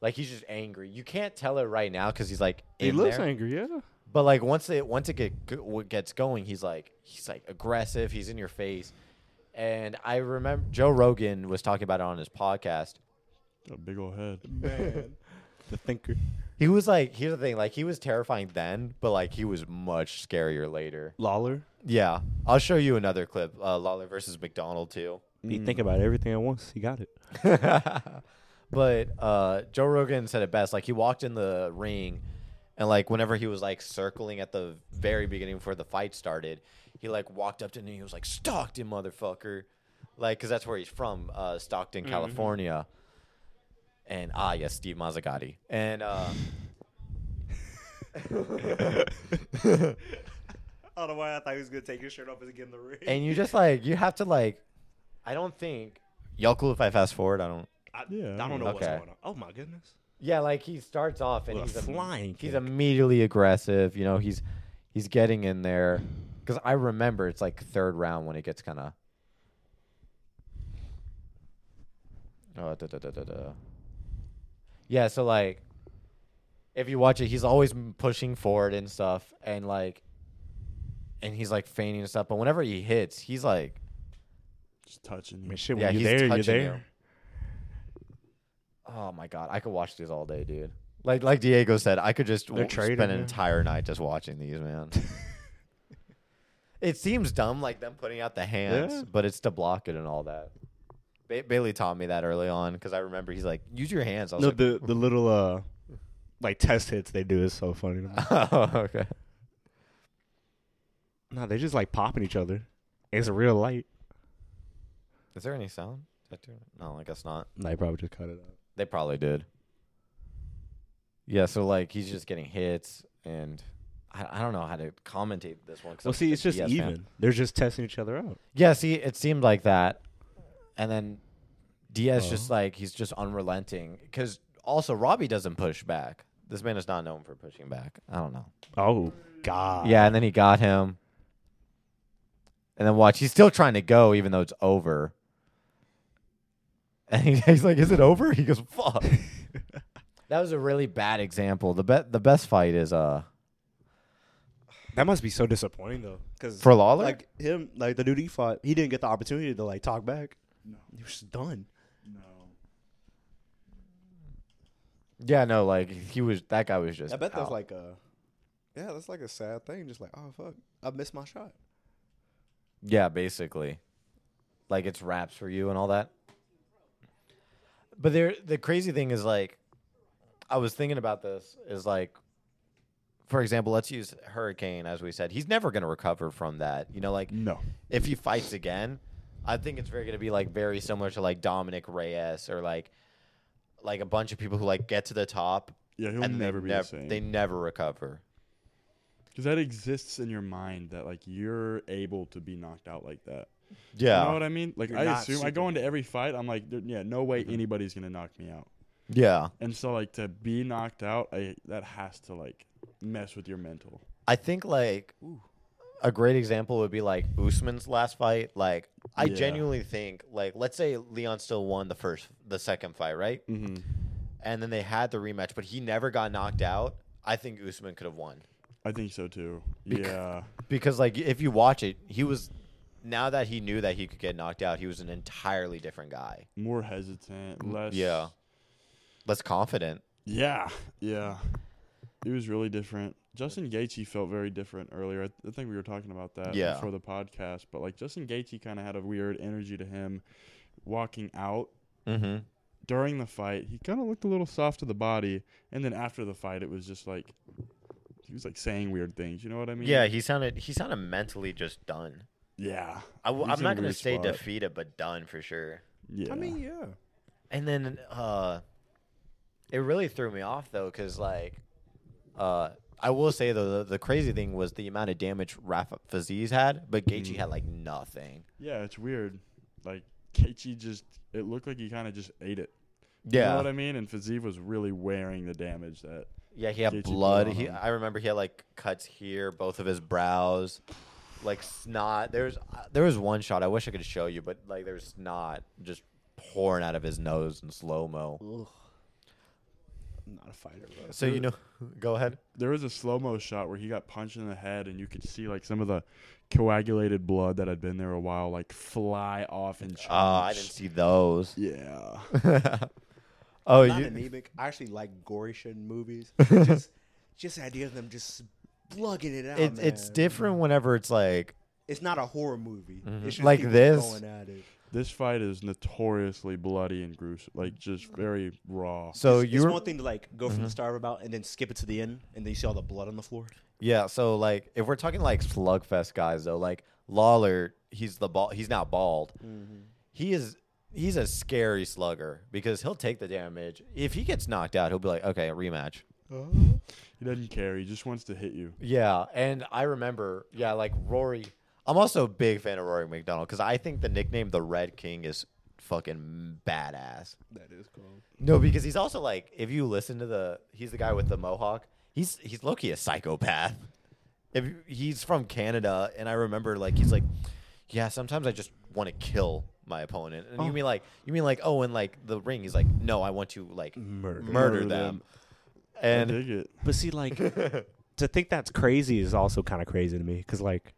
like he's just angry. You can't tell it right now because he's like in there.
angry. Yeah.
But like once it once it get, g- what gets going, he's like he's like aggressive. He's in your face, And I remember Joe Rogan was talking about it on his podcast.
Got a big old head.
Man. the thinker.
He was like, here's the thing, like he was terrifying then, but like he was much scarier later.
Lawler.
Yeah, I'll show you another clip. Uh, Lawler versus McDonald too.
He think about everything at once. He got it.
(laughs) but uh, Joe Rogan said it best. Like he walked in the ring, and like whenever he was like circling at the very beginning before the fight started, he like walked up to him and he was like Stockton, motherfucker, like because that's where he's from, uh, Stockton, California. And ah, yes, Steve Mazzagatti. And uh,
I don't know why I thought he was gonna take his shirt off and get in the ring.
and you just like you have to like, I don't think y'all cool if I fast forward. I don't.
I,
Yeah,
I don't know what's
okay.
going on. Oh my goodness.
Yeah, like he starts off and
With a
he's im-
flying
He's
kick.
immediately aggressive. You know, he's he's getting in there because I remember it's like third round when it gets kind of. Oh, da, da, da, da, da. Yeah, so like, if you watch it, he's always m- pushing forward and stuff, and like, and he's like feigning and stuff. But whenever he hits, he's like,
Just touching
I
you.
mean, shit.
yeah,
When
he's
you're there, you're
touching
there.
you. Oh my god, I could watch these all day, dude. Like like Diego said, I could just w-
trading,
spend an
yeah.
entire night just watching these, (laughs) man. it seems dumb, like them putting out the hands,
Yeah.
but it's to block it and all that. Ba- Bailey taught me that early on because I remember he's like, "Use your hands." I was
No,
like,
the the little uh, like test hits they do is so funny. To (laughs) me.
(laughs) "Oh, okay."
no, they just like popping each other. It's real light.
Is there any sound? Did I do it? No, I guess not.
They probably just cut it out.
They probably did. Yeah, so like he's just getting hits, and I, I don't know how to commentate this one. 'cause
Well,
I'm
see,
such
it's just
a BS fan.
even. They're just testing each other out.
Yeah, see, it seemed like that, and then Diaz just
Oh.
like he's just unrelenting because also Robbie doesn't push back. This man is not known for pushing back. I don't know.
Oh God.
Yeah, and then he got him, and then watch he's still trying to go even though it's over. (laughs) And he- he's like, "Is it over?" He goes,
(laughs)
"Fuck." that was a really bad example. The bet the best fight is uh
That must be so disappointing though, because
for Lawler.
like him, like the dude he fought, he didn't get the opportunity to like talk back. No, he was done.
No.
yeah, no, like he was that guy was just.
I bet that's
out.
like a, yeah, that's like a sad thing. Just like, oh fuck, I missed my shot.
Yeah, basically. Like it's raps for you and all that. But there the crazy thing is like I was thinking about this is like for example, let's use Hurricane as we said. He's never going to recover from that. You know like
No.
if he fights again, I think it's very going to be like very similar to like Dominic Reyes or like like a bunch of people who like get to the top
Yeah, he'll
and
never
they,
be
nev-
the same.
they never recover.
Because that exists in your mind that like you're able to be knocked out like that.
Yeah.
You know what I mean? Like
You're
I
not
assume I go
Superman.
into every fight, I'm like, there- yeah, no way anybody's gonna knock me out.
yeah.
And so like to be knocked out, I that has to like mess with your mental.
I think like a great example would be like Usman's last fight. Like I
Yeah.
genuinely think like let's say Leon still won the first the second fight, right?
Mm-hmm.
And then they had the rematch, but he never got knocked out. I think Usman could have won.
I think so too.
Bec-
yeah.
Because like if you watch it, he was now that he knew that he could get knocked out, he was an entirely different guy.
More hesitant, less
Yeah. Less confident.
Yeah, yeah. It was really different. Justin Gaethje felt very different earlier. I, th- I think we were talking about that
Yeah.
before the podcast, but like Justin Gaethje kind of had a weird energy to him walking out
Mm-hmm.
during the fight. He kind of looked a little soft to the body, and then after the fight, it was just like he was like saying weird things. You know what I mean?
Yeah, he sounded he sounded mentally just done.
yeah.
I w-
He's
I'm
in a
not gonna
weird
say
spot.
defeated, but done for sure.
Yeah.
I mean, yeah.
And then uh it really threw me off though cuz like uh I will say though the, the crazy thing was the amount of damage Rafa Faziz had, but
Mm.
Gaethje had like nothing.
yeah, it's weird. Like Gaethje just it looked like he kind of just ate it. You know what I mean? And Fazeev was really wearing the damage that
yeah, he had
Gaethje blew
blood.
on
He
him.
I remember he had like cuts here, both of his brows. Like snot. There's uh, there was one shot I wish I could show you, but like there's snot just pouring out of his nose in slow-mo.
I'm not a fighter, bro.
So you know, (laughs) go ahead.
There was a slow mo shot where he got punched in the head, and you could see like some of the coagulated blood that had been there a while, like fly off and.
Oh, I didn't see those.
Yeah.
(laughs) oh,
not
you.
anemic. I actually like gory shit in (laughs) movies. just, just the idea of them just plugging it out.
It, it's
man.
different whenever it's like
It's not a horror movie.
Mhm.
It's just
Like
people
this?
Going at it.
This fight is notoriously bloody and gruesome, like just very raw.
so
it's,
you.
it's
were- Mm-hmm.
one thing to like go from the start about and then skip it to the end and then you see all the blood on the floor.
Yeah, so like if we're talking like slugfest guys though, like Lawler, he's the ball. He's not bald. He is. He's a scary slugger because he'll take the damage. If he gets knocked out, he'll be like, okay, rematch.
Uh-huh.
He doesn't care. He just wants to hit you.
Yeah, and I remember, yeah, like Rory. I'm also a big fan of Rory McDonald because I think the nickname the Red King is fucking badass.
That is cool.
No, because he's also like, if you listen to the, he's the guy with the mohawk. He's he's low key a psychopath. If you- he's from Canada, and I remember like he's like, yeah, sometimes I just want to kill my opponent. And you mean like you mean like oh, and like the ring. He's like, no, I want to like murder,
Murder
them.
them.
And
I dig it.
But see, (laughs) like to think that's crazy is also kind of crazy to me because, like,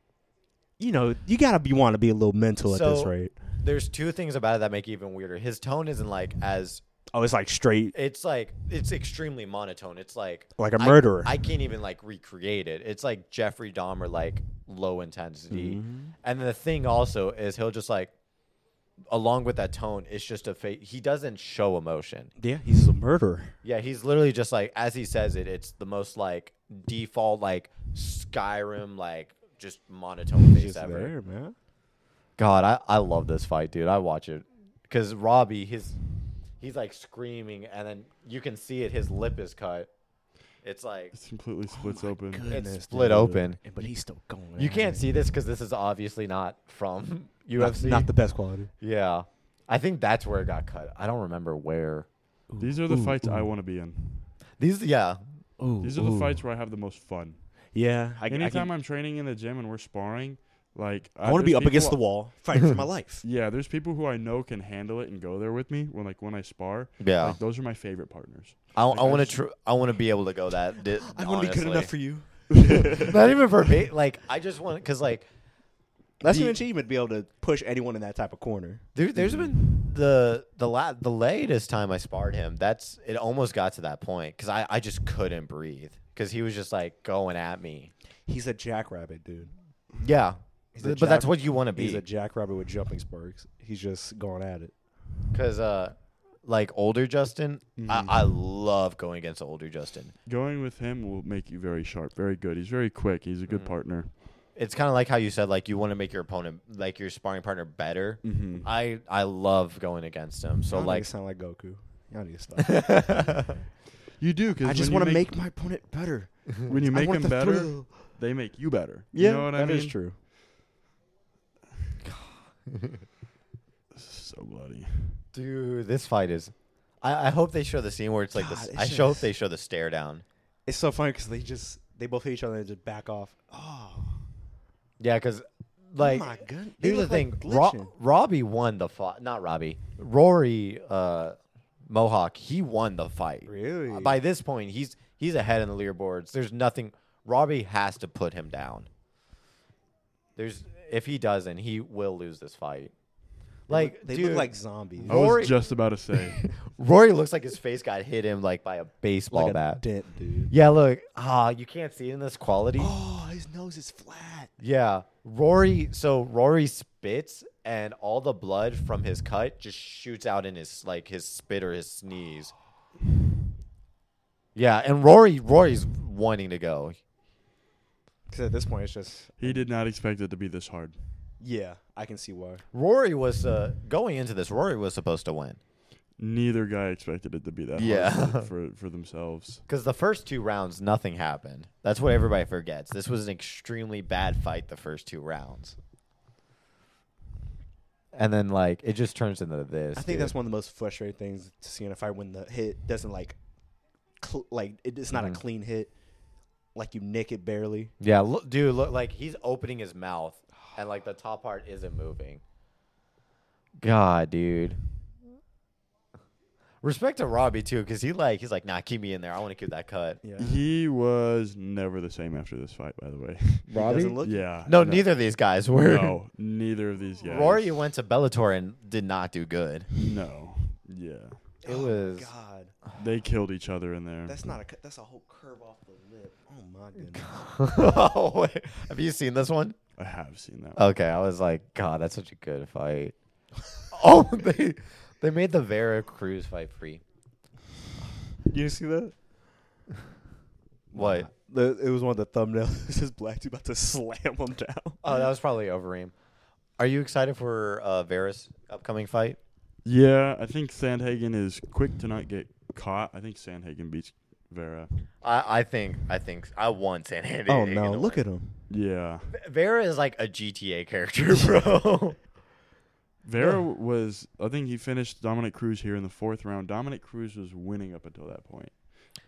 you know, you gotta be want to be a little mental at this
So-
rate.
there's two things about it that make it even weirder. His tone isn't like as
Oh, it's like straight
it's like it's extremely monotone. It's like
like a
I-
murderer.
I, can't even like recreate it. It's like Jeffrey Dahmer, like low intensity.
Mm-hmm.
And the thing also is he'll just like, along with that tone, it's just a fa He doesn't show emotion.
yeah, he's a murderer.
Yeah, he's literally just like as he says it. It's the most like default like Skyrim like just monotone face
Just
ever.
there, man.
God, I, I love this fight, dude. I watch it because Robbie, his he's like screaming, and then you can see it. His lip is cut. It's like
It's completely splits
Oh
open.
Goodness,
split open.
And- but he's still going.
you
at
can't
it.
see this because this is obviously not from (laughs)
Not,
UFC.
not the best quality.
yeah, I think that's where it got cut. I don't remember where.
These are the fights I want to be in.
These, yeah,
Ooh,
These are the
ooh.
fights where I have the most fun.
Yeah, I, I,
Anytime
can-
I am training in the gym and we're sparring, like
I want to be
there's
up
people
against the
I-
wall fighting for my life.
Yeah, there's people who I know can handle it and go there with me when like when I spar.
Yeah.
like, those are my favorite partners.
I,
Like,
I want to.
that's-
Tr- I want to be able to go that. Di-
(laughs) I want to be good enough for you.
you. not even for me. Like I just want because like
That's
The-
an achievement to be able to push anyone in that type of corner.
There, there's been the the la- the latest time I sparred him. That's it. Almost got to that point because I, I just couldn't breathe because he was just like going at me.
He's a jackrabbit, dude.
Yeah,
He's a
but that's
jack-
what you want to
He's
be
a jackrabbit with jumping sparks. He's just going at it.
because uh, like older Justin, I, I love going against older Justin.
Going with him will make you very sharp, very good. He's very quick. He's a
Mm.
good partner.
It's kind of like how you said like you want to make your opponent like your sparring partner better.
Mm-hmm.
I I love going against him. So
Y'all niggas
like
sound like Goku. Y'all need to (laughs)
(laughs)
stop.
You do because
I just
want to
make, my opponent better.
when you
I
make
want
him
the
better,
thrill.
they make you better.
Yeah,
you know what I
that
mean?
is true.
This is so bloody.
dude, this fight is. I, I hope they show the scene where it's like this.
God, it's
I show hope
just-
they show the stare down.
It's so funny because they just they both hit each other and just back off. Oh,
Yeah, because like
my goodness. They
here's the
look like
thing: Ro-
glitching.
Robbie won the fight. Not Robbie, Rory uh, Mohawk. He won the fight.
Really?
By this point, he's he's ahead in the leaderboards. There's nothing. Robbie has to put him down. There's if he doesn't, he will lose this fight. Like
they
dude,
look like zombies.
I
Rory-
was just about to say.
Rory looks like his face got hit him like by a baseball
like a
bat.
dent, dude.
yeah, look. Ah, you can't see it in
(gasps)
this quality. (gasps)
Oh, his nose is flat.
Yeah, Rory. So Rory spits, and all the blood from his cut just shoots out in his like his spit or his sneeze. Yeah, and Rory, Rory's wanting to go.
Because at this point, it's just
he did not expect it to be this hard.
yeah. I can see why.
Rory was uh, going into this. Rory was supposed to win
Neither guy expected it to be that
Yeah.
hard for- for, for themselves.
because the first two rounds nothing happened. That's what everybody forgets. This was an extremely bad fight the first two rounds, and then like it just turns into this.
I think that's one of the most frustrating things to see in a fight when the hit doesn't like, cl- like it, it's not a
Mhm.
clean hit, like you nick it barely.
Yeah, look, dude, look like he's opening his mouth, and like the top part isn't moving. God, dude. Respect to Robbie too, because he like he's like, nah, keep me in there. I want to keep that cut.
Yeah.
He was never the same after this fight, by the way.
Robbie?
yeah.
No, neither of these guys were.
No, neither of these
(laughs)
guys.
Rory went to Bellator and did not do good. Oh,
No. Yeah.
It was
God,
They killed each other in there.
that's not a cut. That's a whole curve off the lip. Oh (laughs) my goodness.
oh, (laughs) wait. Have you seen this one?
I have seen that.
Oh,
one.
Okay, I was like, God, that's such a good fight. oh, (laughs) they they made the Vera Cruz fight free.
You see that?
What?
The, it was one of the thumbnails. (laughs) This is black dude about to slam him down.
Oh, that was probably Overeem. Are you excited for uh, Vera's upcoming fight?
Yeah, I think Sandhagen is quick to not get caught. I think Sandhagen beats Vera.
I, I think I think I want San Antonio.
Oh no! Look at him.
Yeah.
Vera is like a GTA character, (laughs) bro.
Vera was, I think he finished Dominic Cruz here in the fourth round. Dominic Cruz was winning up until that point.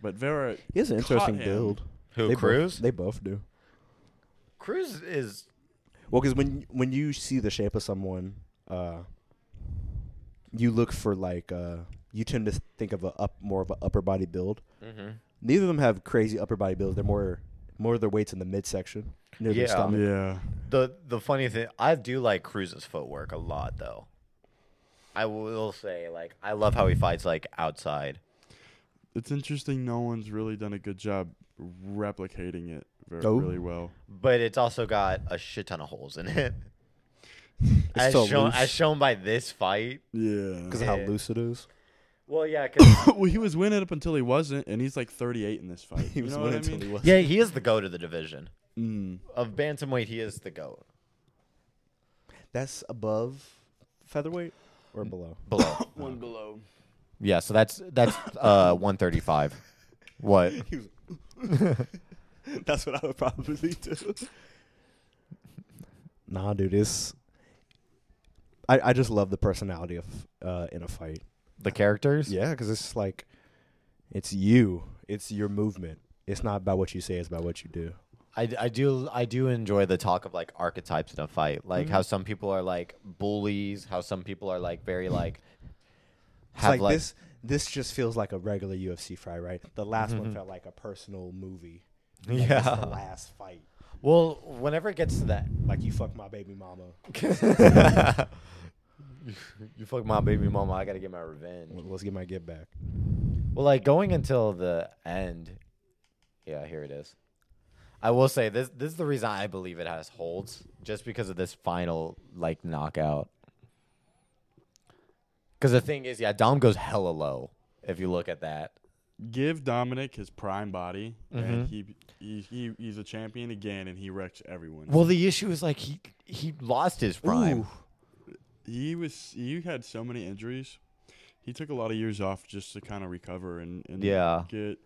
But Vera,
He has an
Caught
interesting
him.
build.
Who
they
Cruz?
Both, they both do.
Cruz is
Well, because when when you see the shape of someone, uh, you look for like uh, you tend to think of a up more of an upper body build. Neither of them have crazy upper body builds. They're more more of their weights in the midsection near
Yeah.
their stomach.
yeah.
the the funny thing. I do like Cruz's footwork a lot, though. I will say, like, I love how he fights like outside.
It's interesting no one's really done a good job replicating it very,
Oh.
really well.
but it's also got a shit ton of holes in it. as,
so
shown,
loose. Mm.
as shown by this fight.
Yeah. (laughs)
Because of
Yeah.
how loose it is.
Well, yeah, 'cause-
well, he was winning up until he wasn't, and he's like 38 in this fight.
He was
you know
winning
what I
till
mean?
he was.
yeah, he is the goat of the division
Mm.
of bantamweight. He is the goat.
That's above featherweight or below.
Below,
One below.
yeah. So that's that's uh 135. What?
(laughs) That's what I would probably do. nah, dude, it's. I, I just love the personality of uh, in a fight.
The characters?
Yeah, because it's like, it's you. It's your movement. It's not about what you say. It's about what you do.
I, I do I do enjoy the talk of like archetypes in a fight, like how some people are like bullies, how some people are like very (laughs) like
It's like, this. This just feels like a regular UFC fight, right? The last one felt like a personal
(laughs)
movie. Like, it's
Mm-hmm. Yeah.
the last fight.
Well, whenever it gets to (laughs) that,
Like you fucked my baby mama.
you fuck my baby mama. I gotta get my revenge.
Let's get my get back.
Well, like going until the end. Yeah, here it is. I will say this. This is the reason I believe it has holds, just because of this final like knockout. Because the thing is, yeah, Dom goes hella low. If you look at that,
Give Dominic his prime body,
Mm-hmm.
and he, he he he's a champion again, and he wrecks everyone.
well, the issue is like he he lost his prime.
he was he had so many injuries. He took a lot of years off just to kind of recover and, and
Yeah.
get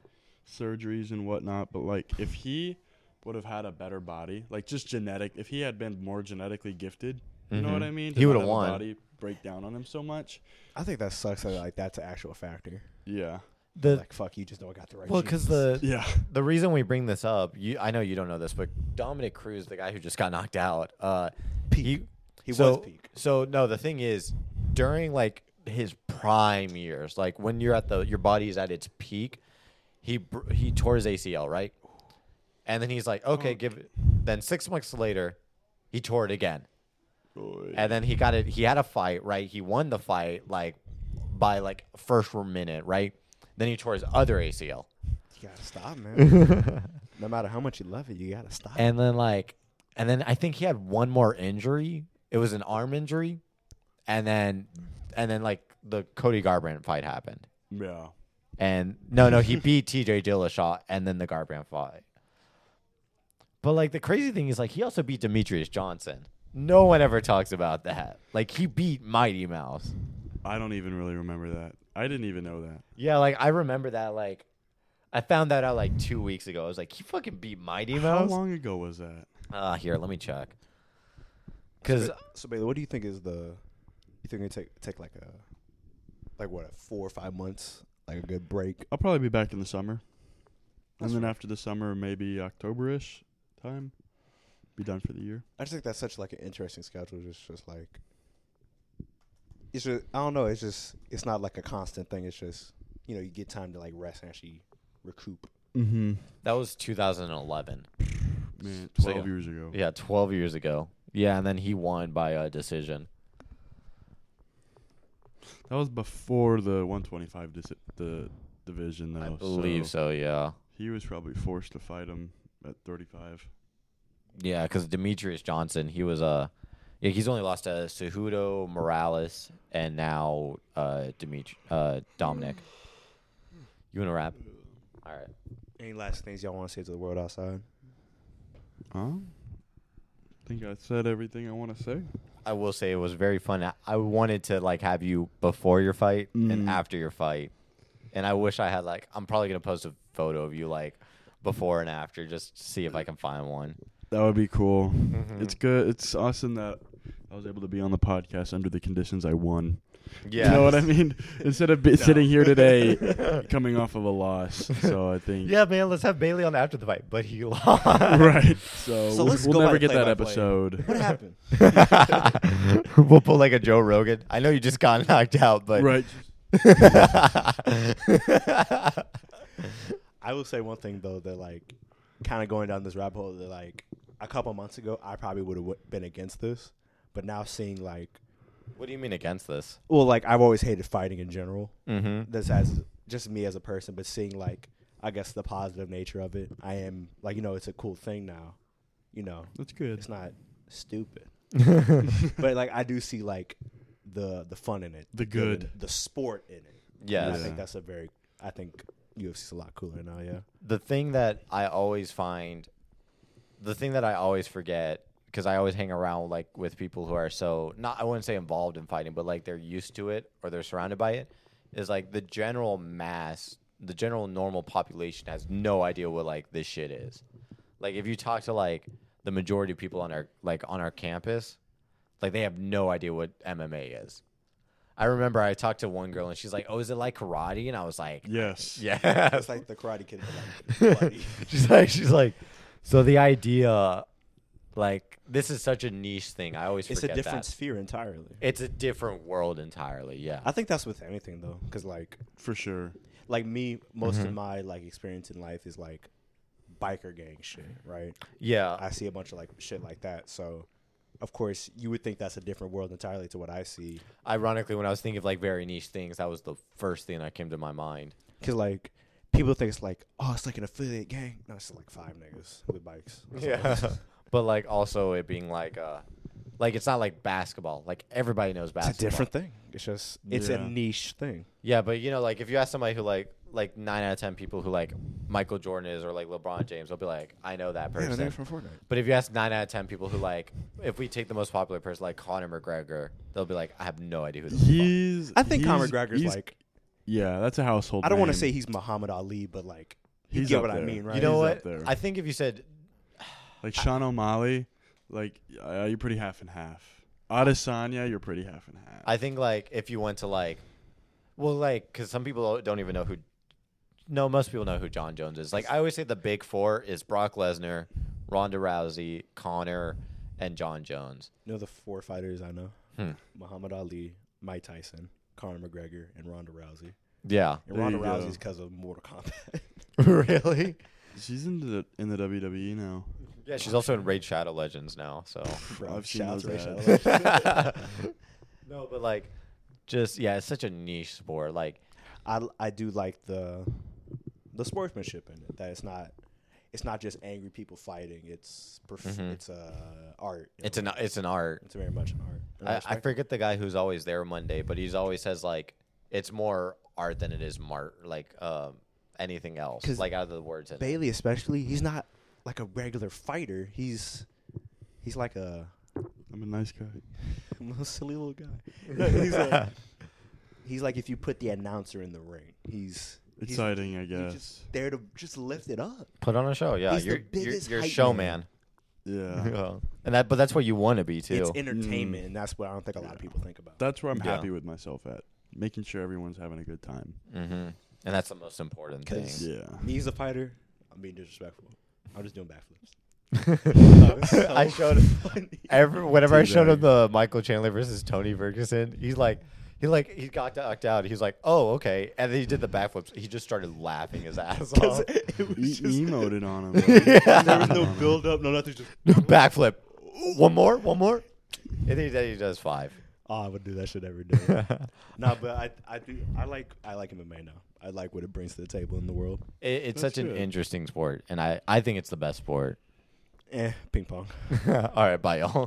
surgeries and whatnot. But like if he would have had a better body, like just genetic, if he had been more genetically gifted, you know what I mean?
Mm-hmm.
To
He
not
would've
have a
won.
Body break down on him so much.
I think that sucks. That like that's an actual factor.
Yeah,
The
Like fuck, you just know I got the right.
well, because
genes.
the
yeah.
the reason we bring this up, you I know you don't know this, but Dominic Cruz, the guy who just got knocked out, uh,
Peak.
he
He
so,
was peak.
So no, the thing is, during like his prime years, like when you're at the your body is at its peak, he br- he tore his ACL, right? And then he's like,
Oh.
okay, give it. Then six months later, he tore it again.
Boy.
And then he got it. He had a fight, right? He won the fight like by like first minute, right? Then he tore his other ACL.
you gotta stop, man.
(laughs)
no matter how much you love it, you gotta stop.
And then like and then I think he had one more injury. It was an arm injury. And then and then like the Cody Garbrandt fight happened.
yeah.
And no, no,
(laughs)
he beat TJ Dillashaw and then the Garbrandt fight. But like the crazy thing is like he also beat Demetrius Johnson. No one ever talks about that. Like he beat Mighty Mouse.
I don't even really remember that. I didn't even know that.
Yeah, like I remember that like I found that out like two weeks ago. I was like, he fucking beat Mighty
How
Mouse.
long ago was that?
Ah, here, let me check. Cause
(laughs) so, Bailey, what do you think is the? You think it take take like a, like what, four or five months, like a good break?
I'll probably be back in the summer.
That's
and then
right.
after the summer, maybe Octoberish time. Be done for the year.
I just think that's such like an interesting schedule. Just just like, it's just I don't know. It's just it's not like a constant thing. It's just you know you get time to like rest and actually recoup.
Mm-hmm.
That was 2011.
Man,
So,
twelve
yeah.
years ago.
Yeah, 12 years ago. Yeah, and then he won by a decision.
That was before the 125 dis- the division, though.
I believe so, yeah.
He was probably forced to fight him at 35.
Yeah, because Demetrius Johnson, he was Uh, yeah, he's only lost to Cejudo, Morales, and now uh, Demetri- uh, Dominic. You want to wrap? All right.
Any last things y'all want to say to the world
(laughs)
outside?
Huh? I think I said everything I want to say.
I will say it was very fun. I- I wanted to like have you before your fight
Mm.
and after your fight, and I wish I had like I'm probably gonna post a photo of you like before and after just to see if I can find one.
That would be cool.
Mm-hmm.
It's good. It's awesome that I was able to be on the podcast under the conditions I won.
Yeah,
You know what I mean? Instead of be sitting here today
(laughs)
coming off of a loss. So I think.
Yeah, man. Let's have Bailey on after the fight, but he
(laughs)
lost.
Right. So,
So
we'll,
let's
we'll
go by
never
the
get that
play-by-play.
episode.
What happened?
(laughs) we'll pull like a Joe Rogan. I know you just got knocked out, but (laughs)
right.
I will say one thing though that like kind of going down this rabbit hole that like a couple months ago I probably would have been against this, but now seeing like
what do you mean against this?
well like I've always hated fighting in general.
Mm-hmm.
This as just me as a person, but seeing like I guess the positive nature of it, I am like you know it's a cool thing now. You know,
That's good.
it's not
(laughs)
stupid, but like I do see like the the fun in it,
The
in
good.
it, the sport in it. And
Yes.
I
Yeah.
think that's a very I think UFC's a lot cooler now. Yeah.
the thing that I always find, the thing that I always forget, because I always hang around like with people who are so not, I wouldn't say involved in fighting, but like they're used to it or they're surrounded by it, is like the general mass, the general normal population has no idea what like this shit is. Like if you talk to like the majority of people on our like on our campus, like they have no idea what MMA is. I remember I talked to one girl and she's like, "Oh, is it like karate?" And I was like,
Yes.
"Yeah,
It's like the Karate Kid. but, like, bloody.
(laughs) she's like she's like so the idea like this is such a niche thing i always
it's a
forget
different
that.
sphere entirely.
it's a different world entirely yeah
I think that's with anything though, because like
For sure.
like me, most of my like experience in life is like biker gang shit, right?
yeah
I see a bunch of like shit like that, so. Of course, you would think that's a different world entirely to what I see.
ironically when i was thinking of like very niche things that was the first thing that came to my mind
Because, like, people think it's like, oh, it's like an affiliate gang. No, it's like five niggas with (laughs) bikes. That's all it is.
(laughs) but like also it being like uh like it's not like basketball like everybody knows
It's
basketball
a different thing. It's just, it's
Yeah.
a niche thing.
Yeah, but you know, like if you ask somebody who like like nine out of ten people who like Michael Jordan is or like LeBron James, they'll be like, I know that
Yeah,
person.
they're from Fortnite.
But if you ask nine out of ten people who like, if we take the most popular person like Conor McGregor, they'll be like, I have no idea who this is.
He's.
I think
he's,
Conor McGregor's
he's-
like,
Yeah, that's a household.
I don't want to
name.
say he's Muhammad Ali, but like, you
He's
get
up
what I
there.
mean, right?
You know
He's
what?
up there.
I think if you said
Like Sean O'Malley, like uh, you're pretty half and half. Adesanya, you're pretty half and half.
I think like if you went to like, well, like because some people don't even know who. No, most people know who John Jones is. Like I always say, the big four is Brock Lesnar, Ronda Rousey, Connor, and John Jones.
You know the four fighters I know?
Hmm.
Muhammad Ali, Mike Tyson, Conor McGregor, and Ronda Rousey.
Yeah,
And
There
Ronda
you go.
Rousey's because of Mortal
(laughs)
Kombat.
really?
She's in the in the WWE now.
Yeah, she's also in Raid Shadow Legends now. So
Bro,
I've seen
shout out
those
to Ray
ads.
Shadow.
(laughs) no, but like, just yeah, it's such a niche sport. Like,
I I do like the the sportsmanship in it. That it's not it's not just angry people fighting. It's perf-
Mhm.
it's uh, art. you
it's
know?
an it's an art.
it's very much an art. And
I, I
respect
forget the guy who's always there Monday, but he's always says like it's more art than it is mart like um anything else.
'Cause
Like out of the words. In it.
Bailey especially. He's not like a regular fighter. He's he's like a
I'm a nice guy.
silly (laughs) little guy. No, he's a- (laughs) he's like if you put the announcer in the ring. He's he's-
Exciting, I
You're
guess.
just there to just lift it up.
Put on a show, yeah.
He's the
you're you're,
biggest
you're a
hype
showman,
(laughs)
(laughs)
yeah,
Yeah. and that but that's what you want to be too.
It's entertainment, and that's what I don't think a lot of people think about.
that's where I'm
Yeah.
happy with myself at. Making sure everyone's having a good time.
mm-hmm. And that's the most important thing.
'Cause- (laughs)
Yeah,
Me as a fighter, I'm being disrespectful. I'm just doing (laughs) backflips.
(laughs) I showed
funny.
every whenever I showed him
Dude,
the Michael Chandler versus Tony Ferguson, he's like, He like he got knocked out. He's like, oh okay, and then he did the backflips. He just started laughing his (laughs) ass
Oh.
off.
(laughs)
it
He
was just,
emoted on him. bro.
there was no build up, no nothing. Just
Backflip, one more, one more, and he, then he does (laughs) five.
(laughs) oh, I would do that shit every day. (laughs) nah, but I I do I like I like MMA now. I like what it brings to the table in the world.
It, it's
That's
such an
good.
interesting sport, and (laughs) I I think it's the best sport.
Eh, ping pong.
All right, bye y'all.